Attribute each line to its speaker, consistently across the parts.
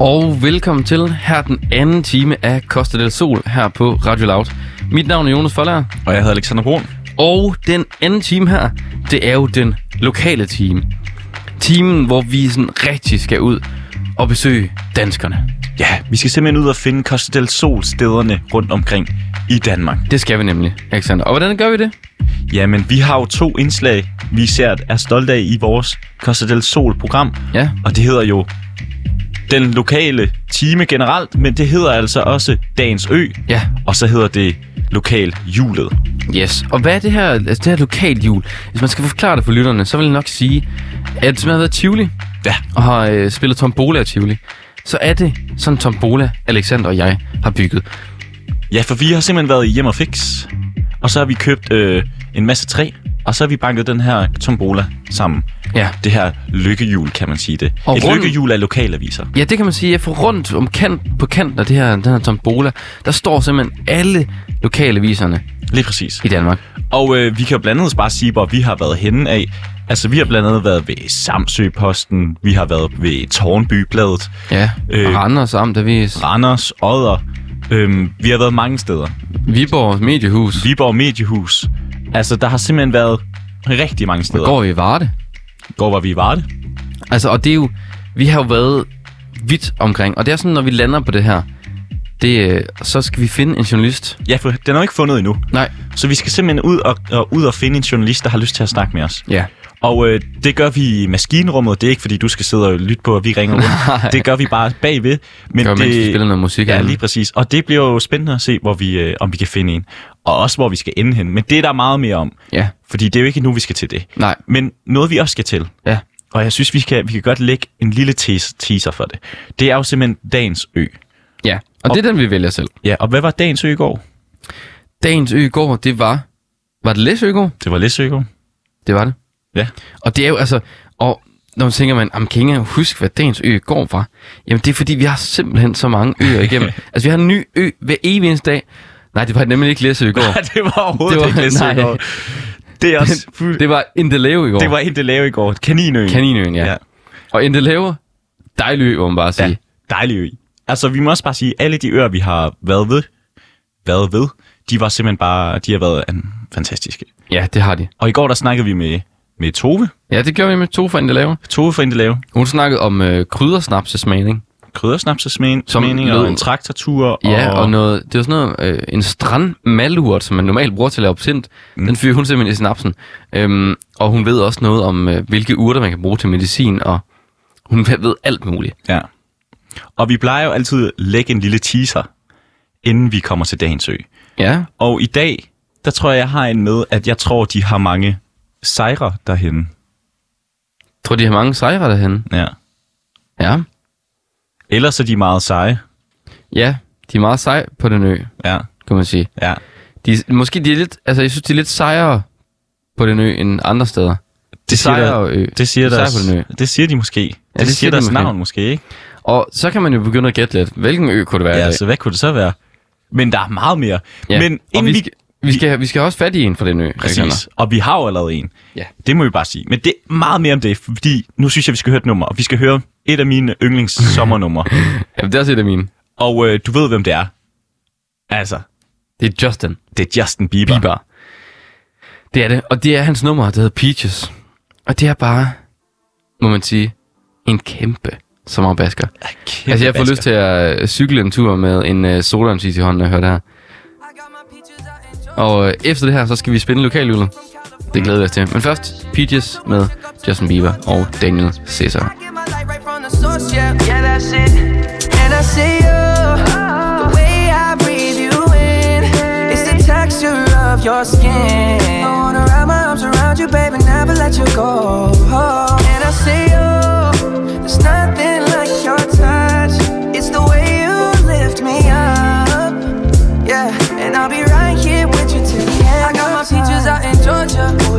Speaker 1: Og velkommen til her den anden time af Costa del Sol her på Radio Loud. Mit navn er Jonas Forlager,
Speaker 2: Og jeg hedder Alexander Brun.
Speaker 1: og den anden time her, det er jo den lokale time. Timen, hvor vi sådan rigtig skal ud og besøge danskerne.
Speaker 2: Ja, vi skal simpelthen ud og finde Costa del Sol stederne rundt omkring i Danmark.
Speaker 1: Det skal vi nemlig, Alexander. Og hvordan gør vi det?
Speaker 2: Jamen, vi har jo to indslag, vi især er stolte af i vores Costa del Sol program.
Speaker 1: Ja,
Speaker 2: Og det hedder jo den lokale time generelt, men det hedder altså også Dagens Ø,
Speaker 1: ja,
Speaker 2: og så hedder det lokal julet.
Speaker 1: yes. Og hvad er det her, altså det her lokaljul? Hvis man skal forklare det for lytterne, så vil jeg nok sige, at hvis man har været i Tivoli,
Speaker 2: Ja.
Speaker 1: og har øh, spillet tombola i Tivoli, så er det sådan en tombola, Alexander og jeg har bygget.
Speaker 2: Ja, for vi har simpelthen været i Hjem og Fix, og så har vi købt øh, en masse træ, og så har vi banket den her tombola sammen.
Speaker 1: Ja.
Speaker 2: Det her lykkehjul, kan man sige det.
Speaker 1: Og
Speaker 2: Et
Speaker 1: runden-
Speaker 2: lykkehjul af lokalaviser.
Speaker 1: Ja, det kan man sige. Jeg får rundt om kant, på kanten af det her, den her tombola, der står simpelthen alle lokale viserne
Speaker 2: Lige præcis.
Speaker 1: i Danmark.
Speaker 2: Og øh, vi kan jo blandt andet bare sige, hvor vi har været henne af. Altså, vi har blandt andet været ved Samsø-posten, vi har været ved Tårnbybladet,
Speaker 1: Ja, øh, og
Speaker 2: Øh.
Speaker 1: Randers Amt Avis,
Speaker 2: Randers, Odder. Øhm, vi har været mange steder.
Speaker 1: Viborg Mediehus,
Speaker 2: Viborg Mediehus. Altså, der har simpelthen været rigtig mange steder.
Speaker 1: går i Varde.
Speaker 2: går var vi i Varde.
Speaker 1: Altså, og det er jo, vi har jo været vidt omkring, og det er sådan, når vi lander på det her, det, øh, så skal vi finde en journalist.
Speaker 2: Ja, for den er jo ikke fundet endnu.
Speaker 1: Nej,
Speaker 2: Så vi skal simpelthen ud og, og, ud og finde en journalist, der har lyst til at snakke med os.
Speaker 1: ja,
Speaker 2: Og øh, det gør vi i maskinrummet. Det er ikke, fordi du skal sidde og lytte på, at vi ringer rundt. Det gør vi bare bagved. Men
Speaker 1: det var, mens vi spiller noget musik.
Speaker 2: Ja,
Speaker 1: herinde.
Speaker 2: lige præcis. Og det bliver jo spændende at se, hvor vi, øh, om vi kan finde en. Og også, hvor vi skal ende hen. Men det er der meget mere om.
Speaker 1: Ja,
Speaker 2: Fordi det er jo ikke nu, vi skal til det.
Speaker 1: nej,
Speaker 2: Men noget, vi også skal til.
Speaker 1: ja,
Speaker 2: Og jeg synes, vi kan, vi kan godt lægge en lille teas- teaser for det. Det er jo simpelthen Dagens Ø.
Speaker 1: ja. Og, og det er den, vi vælger selv.
Speaker 2: Ja, og hvad var Dagens Ø i går?
Speaker 1: Dagens ø i går, det var... Var det Læsø i går?
Speaker 2: Det var Læsø i går.
Speaker 1: Det var det.
Speaker 2: Ja.
Speaker 1: Og det er jo altså... Og når man tænker, man, "Jamen, kan ikke huske, hvad dagens ø i går var? Jamen, det er fordi, vi har simpelthen så mange øer igennem. altså, vi har en ny ø hver evig eneste dag. Nej, det var nemlig ikke Læsø i går.
Speaker 2: Nej, det var overhovedet
Speaker 1: Det
Speaker 2: det
Speaker 1: var-
Speaker 2: var, ikke Læsø
Speaker 1: nej.
Speaker 2: i går. Det er også fuld... det,
Speaker 1: det var Indelave i går.
Speaker 2: det var en, det lave i går. Kaninø.
Speaker 1: Kaninøen, ja. ja.
Speaker 2: Ja.
Speaker 1: Og Indelave, dejlig ø, må man bare sige.
Speaker 2: Ja, dejlig ø. Altså, vi må også bare sige, at alle de øer, vi har været ved, været ved, de var simpelthen bare, de har været øh, fantastiske.
Speaker 1: Ja, det har de.
Speaker 2: Og i går, der snakkede vi med, med Tove.
Speaker 1: Ja, det gjorde vi med to fra Indelave.
Speaker 2: Tove fra Indelave.
Speaker 1: Hun snakkede om øh, kryddersnapsesmagning. Som
Speaker 2: Kryddersnapsesmening
Speaker 1: lød-
Speaker 2: og en traktortur.
Speaker 1: Ja,
Speaker 2: og,
Speaker 1: og noget, det var sådan noget, øh, en strandmalurt, som man normalt bruger til at lave absint, mm. den fyrer hun simpelthen i snapsen. Øhm, og hun ved også noget om, øh, hvilke urter man kan bruge til medicin, og hun ved ved alt muligt.
Speaker 2: Ja. Og vi plejer jo altid at lægge en lille teaser, inden vi kommer til dagens ø.
Speaker 1: Ja,
Speaker 2: Og i dag, der tror jeg, jeg har en med, at jeg tror, de har mange sejre derhen.
Speaker 1: tror de har mange sejre derhen.
Speaker 2: Ja.
Speaker 1: Ja,
Speaker 2: Ellers er de meget seje.
Speaker 1: ja, de er meget seje på den ø,
Speaker 2: Ja,
Speaker 1: kan man sige.
Speaker 2: ja.
Speaker 1: De, er- måske de er lidt, altså jeg synes, de er lidt sejere på den ø end andre steder.
Speaker 2: Det der-
Speaker 1: sejre ø.
Speaker 2: Det siger,
Speaker 1: De er
Speaker 2: deres,
Speaker 1: seje på den
Speaker 2: det siger de måske. Ja, det, det siger,
Speaker 1: siger de
Speaker 2: deres
Speaker 1: måske.
Speaker 2: navn måske, ikke?
Speaker 1: Og så kan man jo begynde at gætte lidt, hvilken ø kunne det være
Speaker 2: Ja,
Speaker 1: i dag?
Speaker 2: altså, hvad kunne det så være? Men der er meget mere.
Speaker 1: Ja,
Speaker 2: Men
Speaker 1: og
Speaker 2: inden
Speaker 1: vi,
Speaker 2: vi...
Speaker 1: skal, vi, skal, vi skal også fat i en fra den ø. Alexander.
Speaker 2: Præcis. Og vi har jo allerede en.
Speaker 1: Ja.
Speaker 2: Det må vi bare sige. Men det er meget mere om det, fordi nu synes jeg, vi skal høre et nummer. Og vi skal høre et af mine yndlings sommernumre.
Speaker 1: Jamen, det er også et af mine.
Speaker 2: Og øh, du ved, hvem det er. Altså,
Speaker 1: Det er Justin.
Speaker 2: det er Justin Bieber.
Speaker 1: Bieber. Det er det, og det er hans nummer, der hedder Peaches. Og det er bare, må man sige, en kæmpe sommerbasker.
Speaker 2: Kæmpe
Speaker 1: Altså, jeg får
Speaker 2: basker.
Speaker 1: lyst til at øh, cykle en tur med en øh, sodavand i hånden, når jeg hører det her. Og øh, efter det her, så skal vi spille lokalhjulet. Det glæder vi os til. Men først, Peaches med Justin Bieber og Daniel Caesar.
Speaker 3: I get my light right from the source, yeah. Yeah, that's it. And I see you. The way I breathe you in. It's the texture of your skin. I wanna wrap my arms around you. you, baby, never let you go. And I see you, there's nothing like your touch. It's the way you lift me up. Yeah, and I'll be right here with you till the end. I got my peaches out in Georgia. Oh,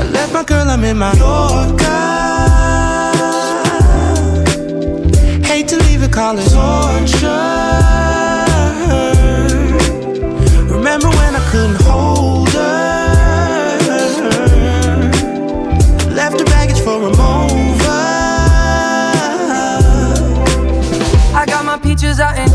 Speaker 4: I left my girl, I'm in my Yorker. Hate to leave it, call it torture. Remember when I couldn't hold her? Left her baggage for a mover.
Speaker 3: I got my peaches out in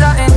Speaker 3: out in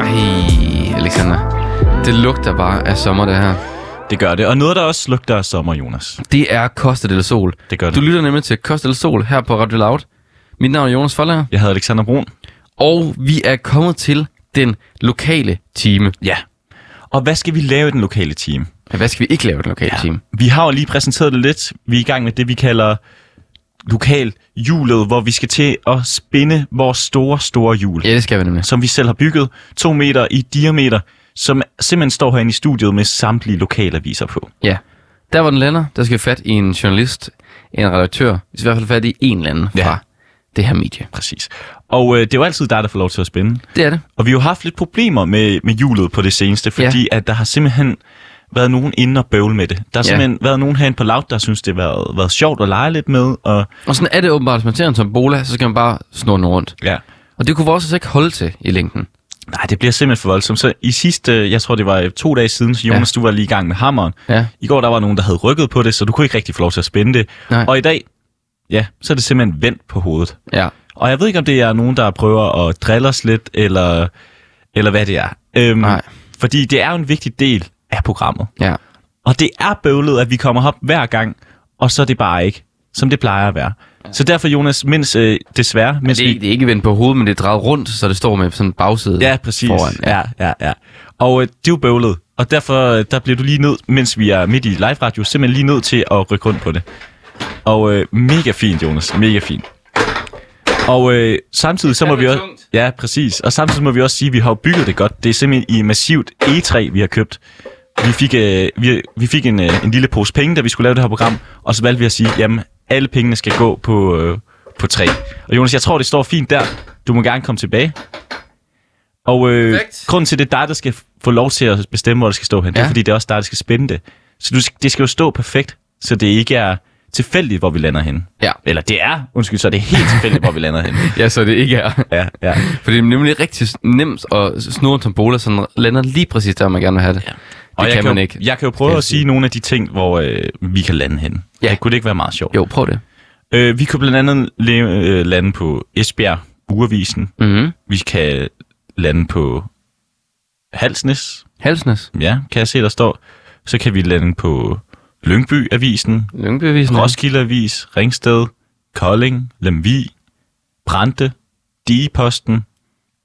Speaker 1: Ej, Alexander. Det lugter bare af sommer, det her.
Speaker 2: Det gør det. Og noget, der også lugter af sommer, Jonas.
Speaker 1: Det er Costa del Sol.
Speaker 2: Det gør det.
Speaker 1: Du lytter nemlig til Costa del Sol her på Radio Loud. Mit navn er Jonas Folder,
Speaker 2: Jeg hedder Alexander Brun.
Speaker 1: og vi er kommet til den lokale time.
Speaker 2: Ja. Og hvad skal vi lave i den lokale team?
Speaker 1: Men Hvad skal vi ikke lave i den lokale ja. time?
Speaker 2: Vi har jo lige præsenteret det lidt. Vi er i gang med det, vi kalder lokal hjulet, hvor vi skal til at spinde vores store, store hjul,
Speaker 1: Ja, det skal vi nemlig.
Speaker 2: som vi selv har bygget, to meter i diameter, som simpelthen står herinde i studiet med samtlige lokalaviser på.
Speaker 1: Ja. Der hvor den lander, der skal vi fat i en journalist, en redaktør. Vi skal i hvert fald fat i en eller anden
Speaker 2: Ja.
Speaker 1: fra det her medie.
Speaker 2: Præcis. Og øh, det er jo altid dig, der får lov til at spænde.
Speaker 1: Det er det.
Speaker 2: Og vi har jo haft lidt problemer med, med hjulet på det seneste, fordi ja. at der har simpelthen været nogen inde og bøvle med det. Der har ja.
Speaker 1: Ja.
Speaker 2: simpelthen været nogen herinde på Loud, der synes, det har været, været sjovt at lege lidt med. Og,
Speaker 1: Og sådan er det åbenbart, hvis man ser en tombola, så skal man bare snurre den rundt.
Speaker 2: ja.
Speaker 1: Og det kunne vores altså ikke holde til i længden.
Speaker 2: Nej, det bliver simpelthen for voldsomt. Så i sidste, jeg tror det var øh, to dage siden, så Jonas, ja. du var lige i gang med hammeren.
Speaker 1: Ja.
Speaker 2: I går der var nogen, der havde rykket på det, så du kunne ikke rigtig få lov til at spænde det.
Speaker 1: Nej.
Speaker 2: Og i dag, ja, så er det simpelthen vendt på hovedet.
Speaker 1: Ja.
Speaker 2: Og jeg ved ikke, om det er nogen, der prøver at drille os lidt, eller, eller hvad det er. Øhm,
Speaker 1: Nej.
Speaker 2: Fordi det er jo en vigtig del af programmet.
Speaker 1: Ja.
Speaker 2: Og det er bøvlet, at vi kommer op hver gang, og så er det bare ikke, som det plejer at være. Så derfor, Jonas, mens, øh, desværre, mens
Speaker 1: Det er,
Speaker 2: vi...
Speaker 1: ikke- det er ikke vendt på hovedet, men det er drejet rundt, så det står med sådan en bagside
Speaker 2: Ja, præcis.
Speaker 1: foran. Ja.
Speaker 2: Ja, ja, ja. Og øh, det er jo bøvlet. Og derfor øh, der bliver du lige nødt, mens vi er midt i live radio, simpelthen lige nødt til at rykke rundt på det. Og øh, mega fint, Jonas. Mega fint. Og øh, samtidig så må
Speaker 1: Det er
Speaker 2: vi også...
Speaker 1: tungt.
Speaker 2: Ja, præcis. Og samtidig må vi også sige, at vi har jo bygget det godt. Det er simpelthen i massivt E3, vi har købt. Vi fik, øh, vi, vi fik en, øh, en lille pose penge, da vi skulle lave det her program, og så valgte vi at sige, jamen, alle pengene skal gå på, øh, på træ. Og Jonas, jeg tror, det står fint der. Du må gerne komme tilbage. Og øh,
Speaker 1: Perfekt.
Speaker 2: grunden til, at det er dig, der skal få lov til at bestemme, hvor det skal stå hen, ja. det er,
Speaker 1: Ja.
Speaker 2: fordi det er også dig, der skal spænde det. Så du, sk- det skal jo stå perfekt, så det ikke er tilfældigt, hvor vi lander henne.
Speaker 1: Ja.
Speaker 2: Eller det er, undskyld, så er det helt tilfældigt, hvor vi lander henne.
Speaker 1: ja, så det ikke er.
Speaker 2: Ja, ja.
Speaker 1: For det er nemlig rigtig nemt at snurre en tombola, så den lander lige præcis der, man gerne vil have det. Ja.
Speaker 2: Og jeg
Speaker 1: kan
Speaker 2: kan
Speaker 1: man
Speaker 2: jo,
Speaker 1: ikke,
Speaker 2: Jeg kan jo
Speaker 1: skal
Speaker 2: prøve
Speaker 1: jeg
Speaker 2: at sige nogle af de ting, hvor øh, vi kan lande hen.
Speaker 1: Ja.
Speaker 2: Ja. Kunne det ikke være meget sjovt?
Speaker 1: Jo, prøv det.
Speaker 2: Øh, vi kan blandt andet le- øh, lande på Esbjerg, Urevisen.
Speaker 1: Mm-hmm.
Speaker 2: Vi kan lande på Halsnes.
Speaker 1: Halsnes.
Speaker 2: Ja, kan jeg se, der står. Så kan vi lande på Lyngby Avisen,
Speaker 1: Lyngbevisen.
Speaker 2: Mm. Roskilde Avis, Ringsted, Kolding, Lemvi, Brande, Digeposten,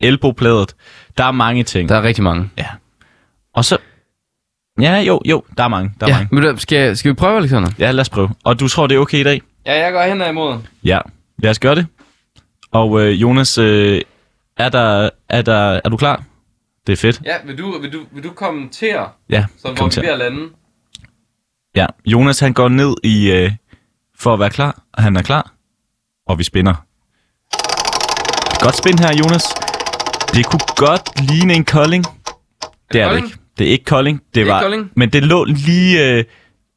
Speaker 2: Elbobladet. Der er mange ting.
Speaker 1: Der
Speaker 2: Der.
Speaker 1: er rigtig mange.
Speaker 2: Og så... Ja, jo, jo, der er mange. Der er ja.
Speaker 1: ja,
Speaker 2: mange.
Speaker 1: men du, skal, jeg- skal vi prøve, Alexander?
Speaker 2: Ja, lad os prøve. Og du tror, det er okay i dag?
Speaker 1: Ja, jeg går hen imod.
Speaker 2: Ja, lad os gøre det. Og øh, Jonas, øh, er, der, er, der, er du klar? Det er fedt.
Speaker 1: Ja, vil du, vil du, vil du kommentere,
Speaker 2: Ja, kom til.
Speaker 1: at lande?
Speaker 2: Ja, Jonas han går ned i, øh, for at være klar. Han er klar, og vi spænder. Godt spænd her, Jonas. Det kunne godt ligne en kolding. Det er det
Speaker 1: Kolding?
Speaker 2: ikke. Det er ikke kolding. Det,
Speaker 1: ikke
Speaker 2: var,
Speaker 1: Kolding?
Speaker 2: Men det lå lige, øh,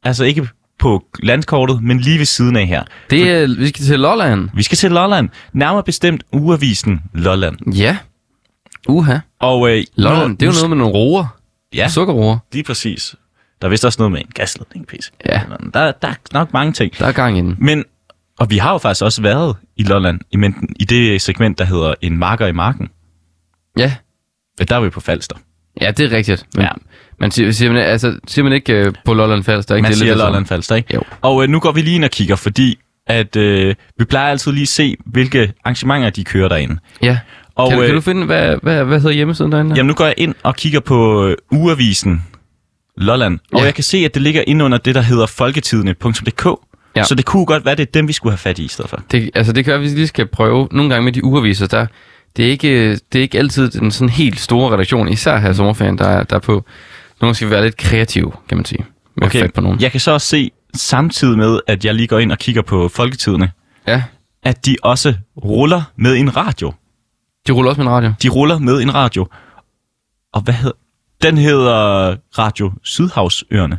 Speaker 2: altså ikke på landskortet, men lige ved siden af her.
Speaker 1: Det er, vi skal til Lolland.
Speaker 2: Vi skal til Lolland. Nærmere bestemt ugeavisen Lolland.
Speaker 1: Ja. Uha.
Speaker 2: Og øh,
Speaker 1: Lolland,
Speaker 2: når-
Speaker 1: det er jo noget med nogle roer.
Speaker 2: Ja,
Speaker 1: Sukkerroer.
Speaker 2: lige præcis. Der er vist også noget med en gasledning, pis.
Speaker 1: Ja.
Speaker 2: Der, der er nok mange ting.
Speaker 1: Der er gang i den.
Speaker 2: Men, og vi har jo faktisk også været i Lolland, i, men, i det segment, der hedder En marker i marken.
Speaker 1: Ja.
Speaker 2: Ja, Der er vi på Falster.
Speaker 1: Ja, det er rigtigt. Men,
Speaker 2: Ja.
Speaker 1: Man siger, siger, man, altså, siger man ikke øh, på Lolland Falster? Ikke?
Speaker 2: Man
Speaker 1: Det er lidt
Speaker 2: siger
Speaker 1: det samme.
Speaker 2: Lolland Falster, ikke?
Speaker 1: Jo.
Speaker 2: Og øh, nu går vi lige ind og kigger, fordi at, øh, vi plejer altid lige at se, hvilke arrangementer de kører derinde.
Speaker 1: Ja.
Speaker 2: Og,
Speaker 1: kan, du, kan
Speaker 2: øh,
Speaker 1: du finde, hvad, hvad, hvad hedder hjemmesiden derinde?
Speaker 2: Jamen, nu går jeg ind og kigger på øh, ugeavisen Lolland, og
Speaker 1: Ja.
Speaker 2: jeg kan se, at det ligger inde under det, der hedder folketidene.dk.
Speaker 1: Ja.
Speaker 2: Ja. Så det kunne godt være, det er dem, vi skulle have fat i i stedet for.
Speaker 1: Det, altså det kan være, at vi lige skal prøve. Nogle gange med de ugeaviser, der, det, er ikke, øh, det er ikke altid den sådan helt store redaktion, især her i sommerferien, der, er- der er på. Nogle skal være lidt kreative, kan man sige. Med okay. fat på nogen.
Speaker 2: Jeg kan så også se, samtidig med, at jeg lige går ind og kigger på folketidene,
Speaker 1: ja.
Speaker 2: at de også ruller med en radio.
Speaker 1: De ruller også med en radio.
Speaker 2: De ruller med en radio. Og hvad hedder... Den hedder Radio Sydhavsøerne.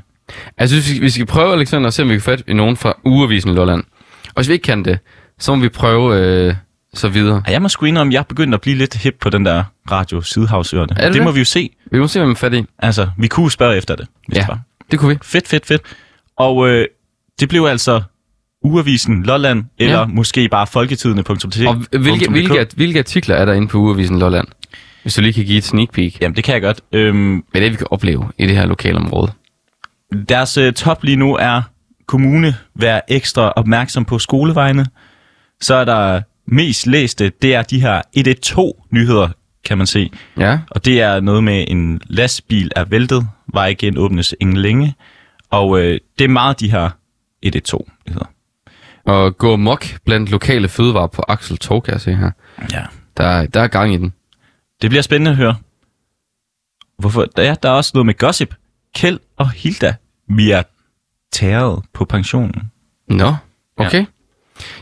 Speaker 1: Jeg synes, vi- vi skal prøve, Alexander, og se, om vi kan fat i nogen fra ugeavisen Lolland. Og hvis vi ikke kan det, så må vi prøve øh, så videre.
Speaker 2: Og jeg må sgu indrømme, jeg er begyndt at blive lidt hip på den der Radio Sydhavsøerne.
Speaker 1: Er du
Speaker 2: det må
Speaker 1: det?
Speaker 2: vi jo se.
Speaker 1: Vi må se, hvad man er fat i.
Speaker 2: Altså, vi kunne spørge efter det, hvis
Speaker 1: Ja,
Speaker 2: det var.
Speaker 1: det kunne vi.
Speaker 2: Fedt, fedt, fedt. Og øh, det blev altså Ugeavisen Lolland, eller
Speaker 1: Ja.
Speaker 2: ja. måske bare folketidene.dk.
Speaker 1: Og hvilke, hvilke, hvilke artikler er der inde på ugeavisen Lolland? Hvis du lige kan give et sneak peek.
Speaker 2: Jamen, det kan jeg godt. Øhm,
Speaker 1: Hvad er det, vi kan opleve i det her lokalområde?
Speaker 2: Deres øh, top lige nu er kommune, vær ekstra opmærksom på skolevejene. Så er der mest læste, det er de her 112-nyheder, kan man se.
Speaker 1: Ja.
Speaker 2: Og det er noget med, en lastbil er væltet, vej igen åbnes ingen længe. Og øh, det er meget de her 112-nyheder.
Speaker 1: Og gå mok blandt lokale fødevarer på Axel Tog, kan jeg se her.
Speaker 2: Ja.
Speaker 1: Der, er- der er gang i den.
Speaker 2: Det bliver spændende at høre. Hvorfor? Der er, der er også noget med gossip. Kjeld og Hilda, vi er tæret på pensionen.
Speaker 1: Nå, okay. Ja.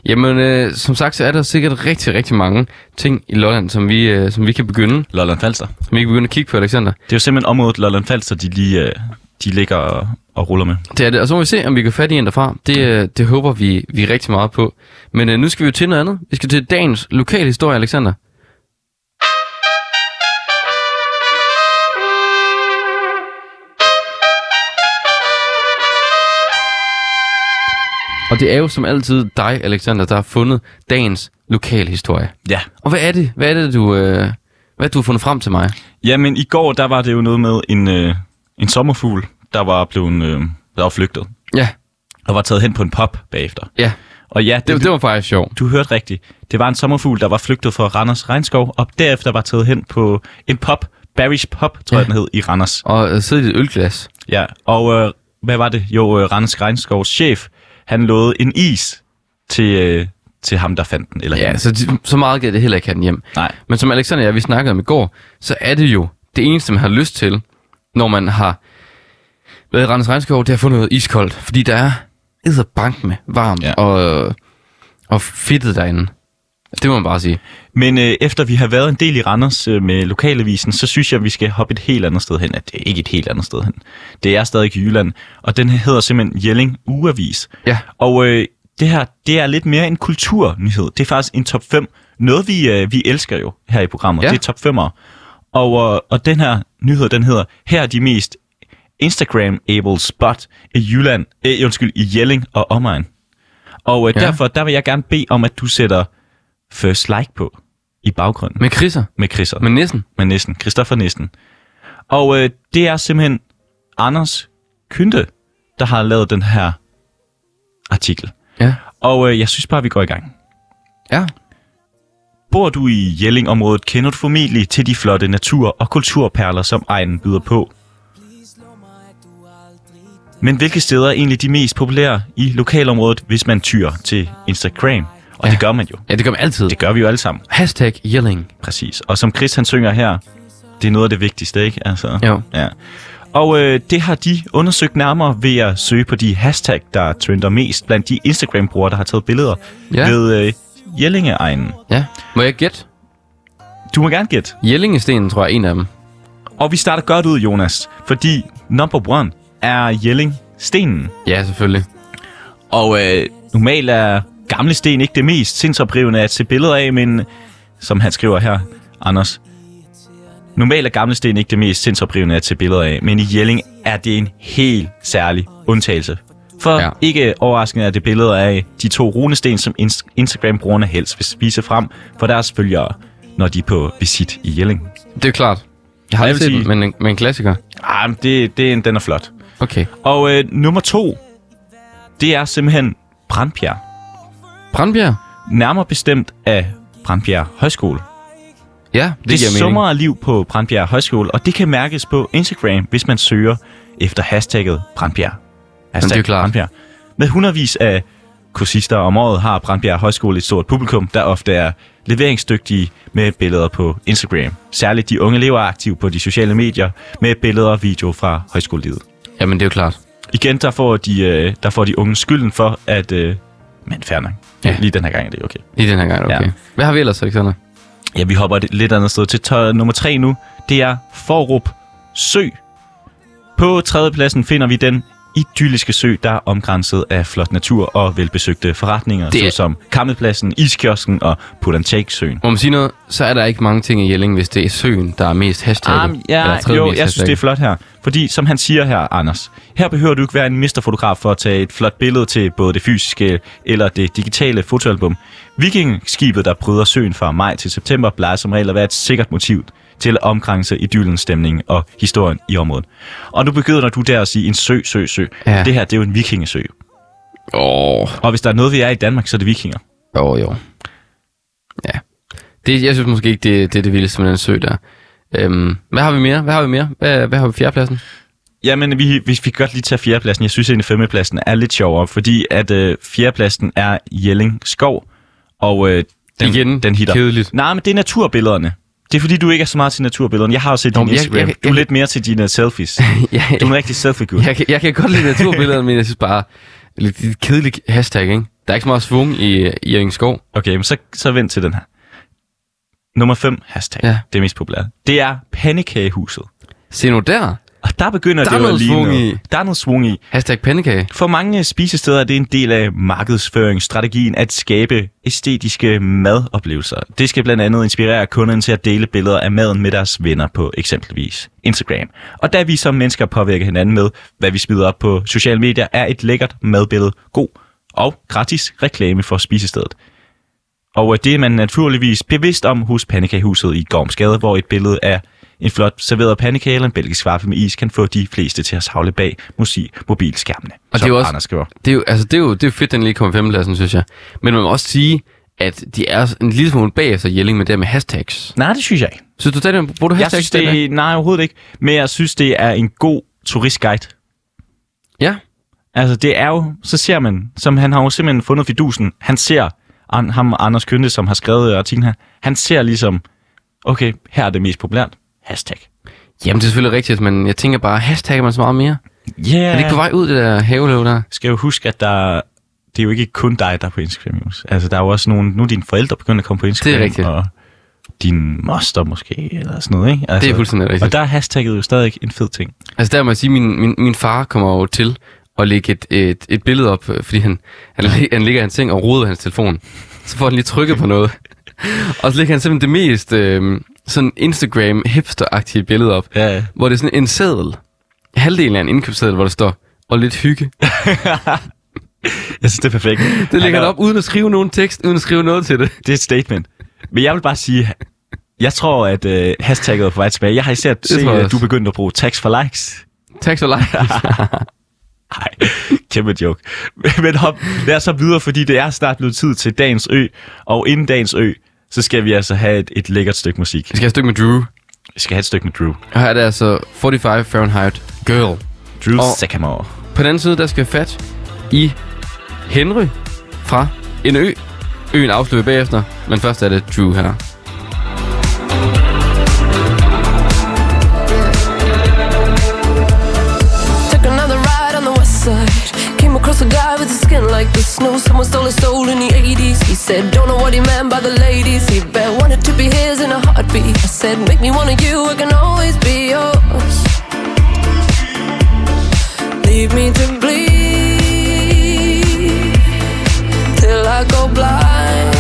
Speaker 1: Jamen, øh, som sagt, så er der sikkert rigtig, rigtig mange ting i Lolland, som vi, øh, som vi kan begynde
Speaker 2: Lolland Falster.
Speaker 1: som vi kan begynde at kigge på, Alexander.
Speaker 2: Det er jo simpelthen området Lolland Falster, de lige øh, de ligger og, og ruller med.
Speaker 1: Det er det, og så må vi se, om vi kan få fat i en derfra. Det, øh, det håber vi, vi rigtig meget på. Men øh, nu skal vi jo til noget andet. Vi skal til dagens lokalhistorie, Alexander. Og det er jo som altid dig, Alexander, der har fundet dagens lokalhistorie.
Speaker 2: Ja.
Speaker 1: Og hvad er det, hvad er det du, øh, hvad er det, du har fundet frem til mig?
Speaker 2: Jamen, i går, der var det jo noget med en, øh, en sommerfugl, der var blevet øh, der var flygtet.
Speaker 1: Ja,
Speaker 2: Og var taget hen på en pop bagefter.
Speaker 1: ja.
Speaker 2: Og ja, det,
Speaker 1: Det, det var faktisk sjovt.
Speaker 2: du hørte rigtigt. Det var en sommerfugl, der var flygtet fra Randers Regnskov, og derefter var taget hen på en pop, Barry's Pop, tror
Speaker 1: Ja.
Speaker 2: ja. jeg, den hed, i Randers.
Speaker 1: Og øh, sidde i et ølglas.
Speaker 2: Ja, og øh, hvad var det? Jo, øh, Randers Regnskovs chef, han lovede en is til, øh, til ham, der fandt den. Eller
Speaker 1: Ja,
Speaker 2: hende.
Speaker 1: så, de- så meget kan det heller ikke have den hjem.
Speaker 2: Nej.
Speaker 1: Men som Alexander og jeg, vi snakkede om i går, så er det jo det eneste, man har lyst til, når man har været i Randers Regnskov, det er at få noget iskoldt. Fordi der er edderbank med varmt ja.
Speaker 2: Ja.
Speaker 1: og, og fedtet derinde. Det må man bare sige.
Speaker 2: Men øh, efter vi har været en del i Randers øh, med lokalavisen, så synes jeg, at vi skal hoppe et helt andet sted hen. Ja, det er ikke et helt andet sted hen. Det er stadig i Jylland. Og den her hedder simpelthen Jelling Ugeavis.
Speaker 1: Ja.
Speaker 2: Og øh, det her, det er lidt mere en kulturnyhed. Det er faktisk en top 5. Noget, vi, øh, vi elsker jo her i programmet.
Speaker 1: Ja.
Speaker 2: Ja. Det er top 5'ere. Og, øh, og den her nyhed, den hedder, her er de mest Instagram-able spot i Jylland, øh, undskyld, i Jelling og omegn. Og øh, ja.
Speaker 1: Ja.
Speaker 2: derfor, der vil jeg gerne bede om, at du sætter first like på i baggrunden med,
Speaker 1: Med Chris'er.
Speaker 2: med Chris'er.
Speaker 1: Med Nissen.
Speaker 2: med Nissen, Christoffer Nissen. Og øh, det er simpelthen Anders Kynde, der har lavet den her artikel.
Speaker 1: Ja.
Speaker 2: Og øh, jeg synes bare, vi går i gang.
Speaker 1: Ja.
Speaker 2: Bor du i Jellingområdet, kender du formentlig til de flotte natur- og kulturperler, som egnen byder på. Men hvilke steder er egentlig de mest populære i lokalområdet, hvis man tyr til Instagram? Og ja. det gør man jo.
Speaker 1: Ja, det gør man altid.
Speaker 2: Det gør vi jo alle sammen.
Speaker 1: Hashtag Jelling.
Speaker 2: Præcis. Og som Chris han synger her, det er noget af det vigtigste, ikke? Altså,
Speaker 1: Jo.
Speaker 2: Ja. Og øh, det har de undersøgt nærmere ved at søge på de hashtag, der trender mest blandt de Instagram-brugere, der har taget billeder
Speaker 1: Ja.
Speaker 2: ved øh, Jellingeegnen.
Speaker 1: Ja. Må jeg gætte?
Speaker 2: Du må gerne gætte.
Speaker 1: Jellingestenen, tror jeg, er en af dem.
Speaker 2: Og vi starter godt ud, Jonas, fordi number one er Jelling-stenen.
Speaker 1: Ja, selvfølgelig.
Speaker 2: Og øh, normalt er gamle sten ikke det mest sindsoprivende at se billeder af, men som han skriver her, Anders. Normalt er gamle sten ikke det mest sindsoprivende at se billeder af, men i Jelling er det en helt særlig undtagelse. For ja.
Speaker 1: Ja.
Speaker 2: ikke overraskende er det billeder af de to runesten, som Inst- Instagram-brugerne helst vil spise frem for deres følgere, når de er på visit i Jelling.
Speaker 1: Det er klart. Jeg har
Speaker 2: Jeg
Speaker 1: aldrig set
Speaker 2: vil
Speaker 1: den,
Speaker 2: sige-
Speaker 1: men en, men en klassiker.
Speaker 2: Ah, men det, det, er en- den er flot.
Speaker 1: Okay.
Speaker 2: Og øh, nummer to, det er simpelthen Brandbjerg.
Speaker 1: Brandbjerg?
Speaker 2: nærmere bestemt af Brandbjerg Højskole.
Speaker 1: Ja, det,
Speaker 2: Det,
Speaker 1: giver
Speaker 2: det
Speaker 1: mening.
Speaker 2: summer af liv på Brandbjerg Højskole, og det kan mærkes på Instagram, hvis man søger efter hashtagget Brandbjerg.
Speaker 1: det er jo klart.
Speaker 2: Brandbjerg. Med hundredvis af kursister om året har Brandbjerg Højskole et stort publikum, der ofte er leveringsdygtige med billeder på Instagram. Særligt de unge elever er aktive på de sociale medier med billeder og video fra højskolelivet.
Speaker 1: Jamen, det er jo klart.
Speaker 2: Igen, der får de, øh, der får de unge skylden for, at... Øh, men fair nok.
Speaker 1: Ja.
Speaker 2: Lige den her gang er det okay.
Speaker 1: I den her gang, okay.
Speaker 2: Ja.
Speaker 1: Ja. Hvad har vi ellers, Alexander?
Speaker 2: Ja, vi hopper et lidt andet sted til tøj, nummer 3 nu. Det er Forup Sø. På tredjepladsen finder vi den idylliske sø, der er omgrænset af flot natur og velbesøgte forretninger,
Speaker 1: Det
Speaker 2: det...
Speaker 1: er-
Speaker 2: såsom Kammelpladsen, Iskiosken og Pulantakesøen.
Speaker 1: Må man sige noget, så er der ikke mange ting i Jelling, hvis det er søen, der er mest hashtagget.
Speaker 2: Um, ja,
Speaker 1: Eller tredje
Speaker 2: jo,
Speaker 1: mest altså,
Speaker 2: jeg synes, det er
Speaker 1: hashtagget.
Speaker 2: flot her. Fordi, som han siger her, Anders, her behøver du ikke være en mesterfotograf for at tage et flot billede til både det fysiske eller det digitale fotoalbum. Vikingskibet, der bryder søen fra maj til september, plejer som regel at være et sikkert motiv til at omkranse idyllens stemning og historien i området. Og nu begynder du der at sige en sø, sø, sø. Ja.
Speaker 1: Ja.
Speaker 2: Det her, det er jo en vikingesø.
Speaker 1: Åh,
Speaker 2: Og hvis der er noget, vi er i Danmark, så er det vikinger.
Speaker 1: Jo, jo. Ja. Det, jeg synes måske ikke, det, det er det vildeste med den sø der. Øhm, hvad har vi mere? Hvad har vi mere? Hvad, hvad har vi fjerdepladsen?
Speaker 2: Jamen, vi, vi fik godt lige tage fjerdepladsen. Jeg synes egentlig, femtepladsen er lidt sjovere, fordi at øh, fjerdepladsen er Jelling Skov, og øh, den,
Speaker 1: Igen,
Speaker 2: den hitter.
Speaker 1: kedeligt.
Speaker 2: Nej, men det er naturbillederne. Det er fordi, du ikke er så meget til naturbillederne. Jeg har jo set
Speaker 1: Nå,
Speaker 2: din
Speaker 1: men jeg-
Speaker 2: Instagram.
Speaker 1: jeg-
Speaker 2: du er
Speaker 1: jeg-
Speaker 2: lidt mere til dine selfies.
Speaker 1: ja,
Speaker 2: Du er en rigtig selfie-gud.
Speaker 1: jeg, kan- jeg kan godt lide naturbillederne, men jeg synes bare, lidt det er et kedeligt hashtag, ikke? Der er ikke så meget svung i, i Ringskov.
Speaker 2: Okay, men så, så vent til den her. Nummer 5, hashtag, ja.
Speaker 1: Ja.
Speaker 2: det er mest populære. Det er pandekagehuset.
Speaker 1: Se nu der.
Speaker 2: Og der begynder
Speaker 1: Der er
Speaker 2: det jo at
Speaker 1: noget
Speaker 2: ligne
Speaker 1: svung
Speaker 2: noget.
Speaker 1: i.
Speaker 2: Der er noget svung i.
Speaker 1: Hashtag pandekage.
Speaker 2: For mange spisesteder er det en del af markedsføringsstrategien at skabe æstetiske madoplevelser. Det skal blandt andet inspirere kunderne til at dele billeder af maden med deres venner på eksempelvis Instagram. Og da vi som mennesker påvirker hinanden med, hvad vi smider op på sociale medier, er et lækkert madbillede god og gratis reklame for spisestedet. Og øh, det er man naturligvis bevidst om hos Pandekagehuset i Gormsgade, hvor et billede af en flot serveret pandekage eller en belgisk vaffe med is kan få de fleste til at savle bag musik, mobilskærmene.
Speaker 1: Og
Speaker 2: som
Speaker 1: det er jo også-
Speaker 2: Anders skriver.
Speaker 1: Det er jo, altså, det er jo, det er jo fedt, den lige kom i femtepladsen, synes jeg. Men man må også sige, at de er en lille smule bagefter Jelling med det her med hashtags.
Speaker 2: Nej, det synes jeg ikke.
Speaker 1: Synes du, det bruger du
Speaker 2: Jeg
Speaker 1: hashtags?
Speaker 2: synes,
Speaker 1: den her?
Speaker 2: det, nej, overhovedet ikke. Men jeg synes, det er en god turistguide.
Speaker 1: Ja,
Speaker 2: Altså, det er jo, så ser man, som han har jo simpelthen fundet fidusen, han ser, an, ham Anders Kønte, som har skrevet øh, artiklen her, han ser ligesom, okay, her er det mest populært. Hashtag.
Speaker 1: Jamen, det er selvfølgelig rigtigt, men jeg tænker bare, hashtagger man så meget mere?
Speaker 2: Ja. Yeah.
Speaker 1: Er det ikke på vej ud, det der haveløv der?
Speaker 2: skal jo huske, at der, det er jo ikke kun dig, der er på Instagram, Jonas. Altså, der er jo også nogle... Nu er dine forældre begyndt at komme på Instagram.
Speaker 1: Det er rigtigt.
Speaker 2: Og din moster måske, eller sådan noget, ikke? Altså,
Speaker 1: Det er fuldstændig rigtigt.
Speaker 2: Og der er hashtagget jo stadig en fed ting.
Speaker 1: Altså der må jeg sige, min, min, min far kommer jo til at lægge et, et, et billede op, øh, fordi han, han, læ- han ligger i hans seng og roder ved hans telefon. Så får han lige trykket på noget. Og så lægger han simpelthen det mest øh, sådan Instagram hipster-agtige billede op,
Speaker 2: Ja,
Speaker 1: hvor det er sådan en seddel halvdelen af en indkøbsseddel, hvor der står, og lidt hygge.
Speaker 2: Jeg synes, det er perfekt.
Speaker 1: Det lægger
Speaker 2: Han
Speaker 1: han
Speaker 2: er-
Speaker 1: op uden at skrive nogen tekst, uden at skrive noget til det.
Speaker 2: Det er et statement. Men jeg vil bare sige, jeg tror, at øh, hashtagget er på vej tilbage. Jeg har især set,
Speaker 1: tror jeg
Speaker 2: at
Speaker 1: også.
Speaker 2: du begyndte at bruge tags for likes.
Speaker 1: Tak så langt.
Speaker 2: Nej, kæmpe joke. Men hop, lad os så videre, fordi det er snart blevet tid til dagens ø. Og inden dagens ø, så skal vi altså have et, et lækkert stykke musik.
Speaker 1: Vi skal have et stykke med Drew.
Speaker 2: Vi skal have et stykke med Drew.
Speaker 1: Og her er det altså 45 Fahrenheit Girl.
Speaker 2: Drew
Speaker 1: Og-
Speaker 2: Sycamore.
Speaker 1: På den anden side, der skal fat i Henry fra en ø. Øen afslører bagefter, men først er det Drew her.
Speaker 5: Took another ride on the west side. Came across a guy with his skin like the snow. Someone stole his soul in the 80s. He said, Don't know what he meant by the ladies. He bet wanted to be his in a heartbeat. I said, Make me one of you, I can always be yours. Leave me to bleed till I go blind.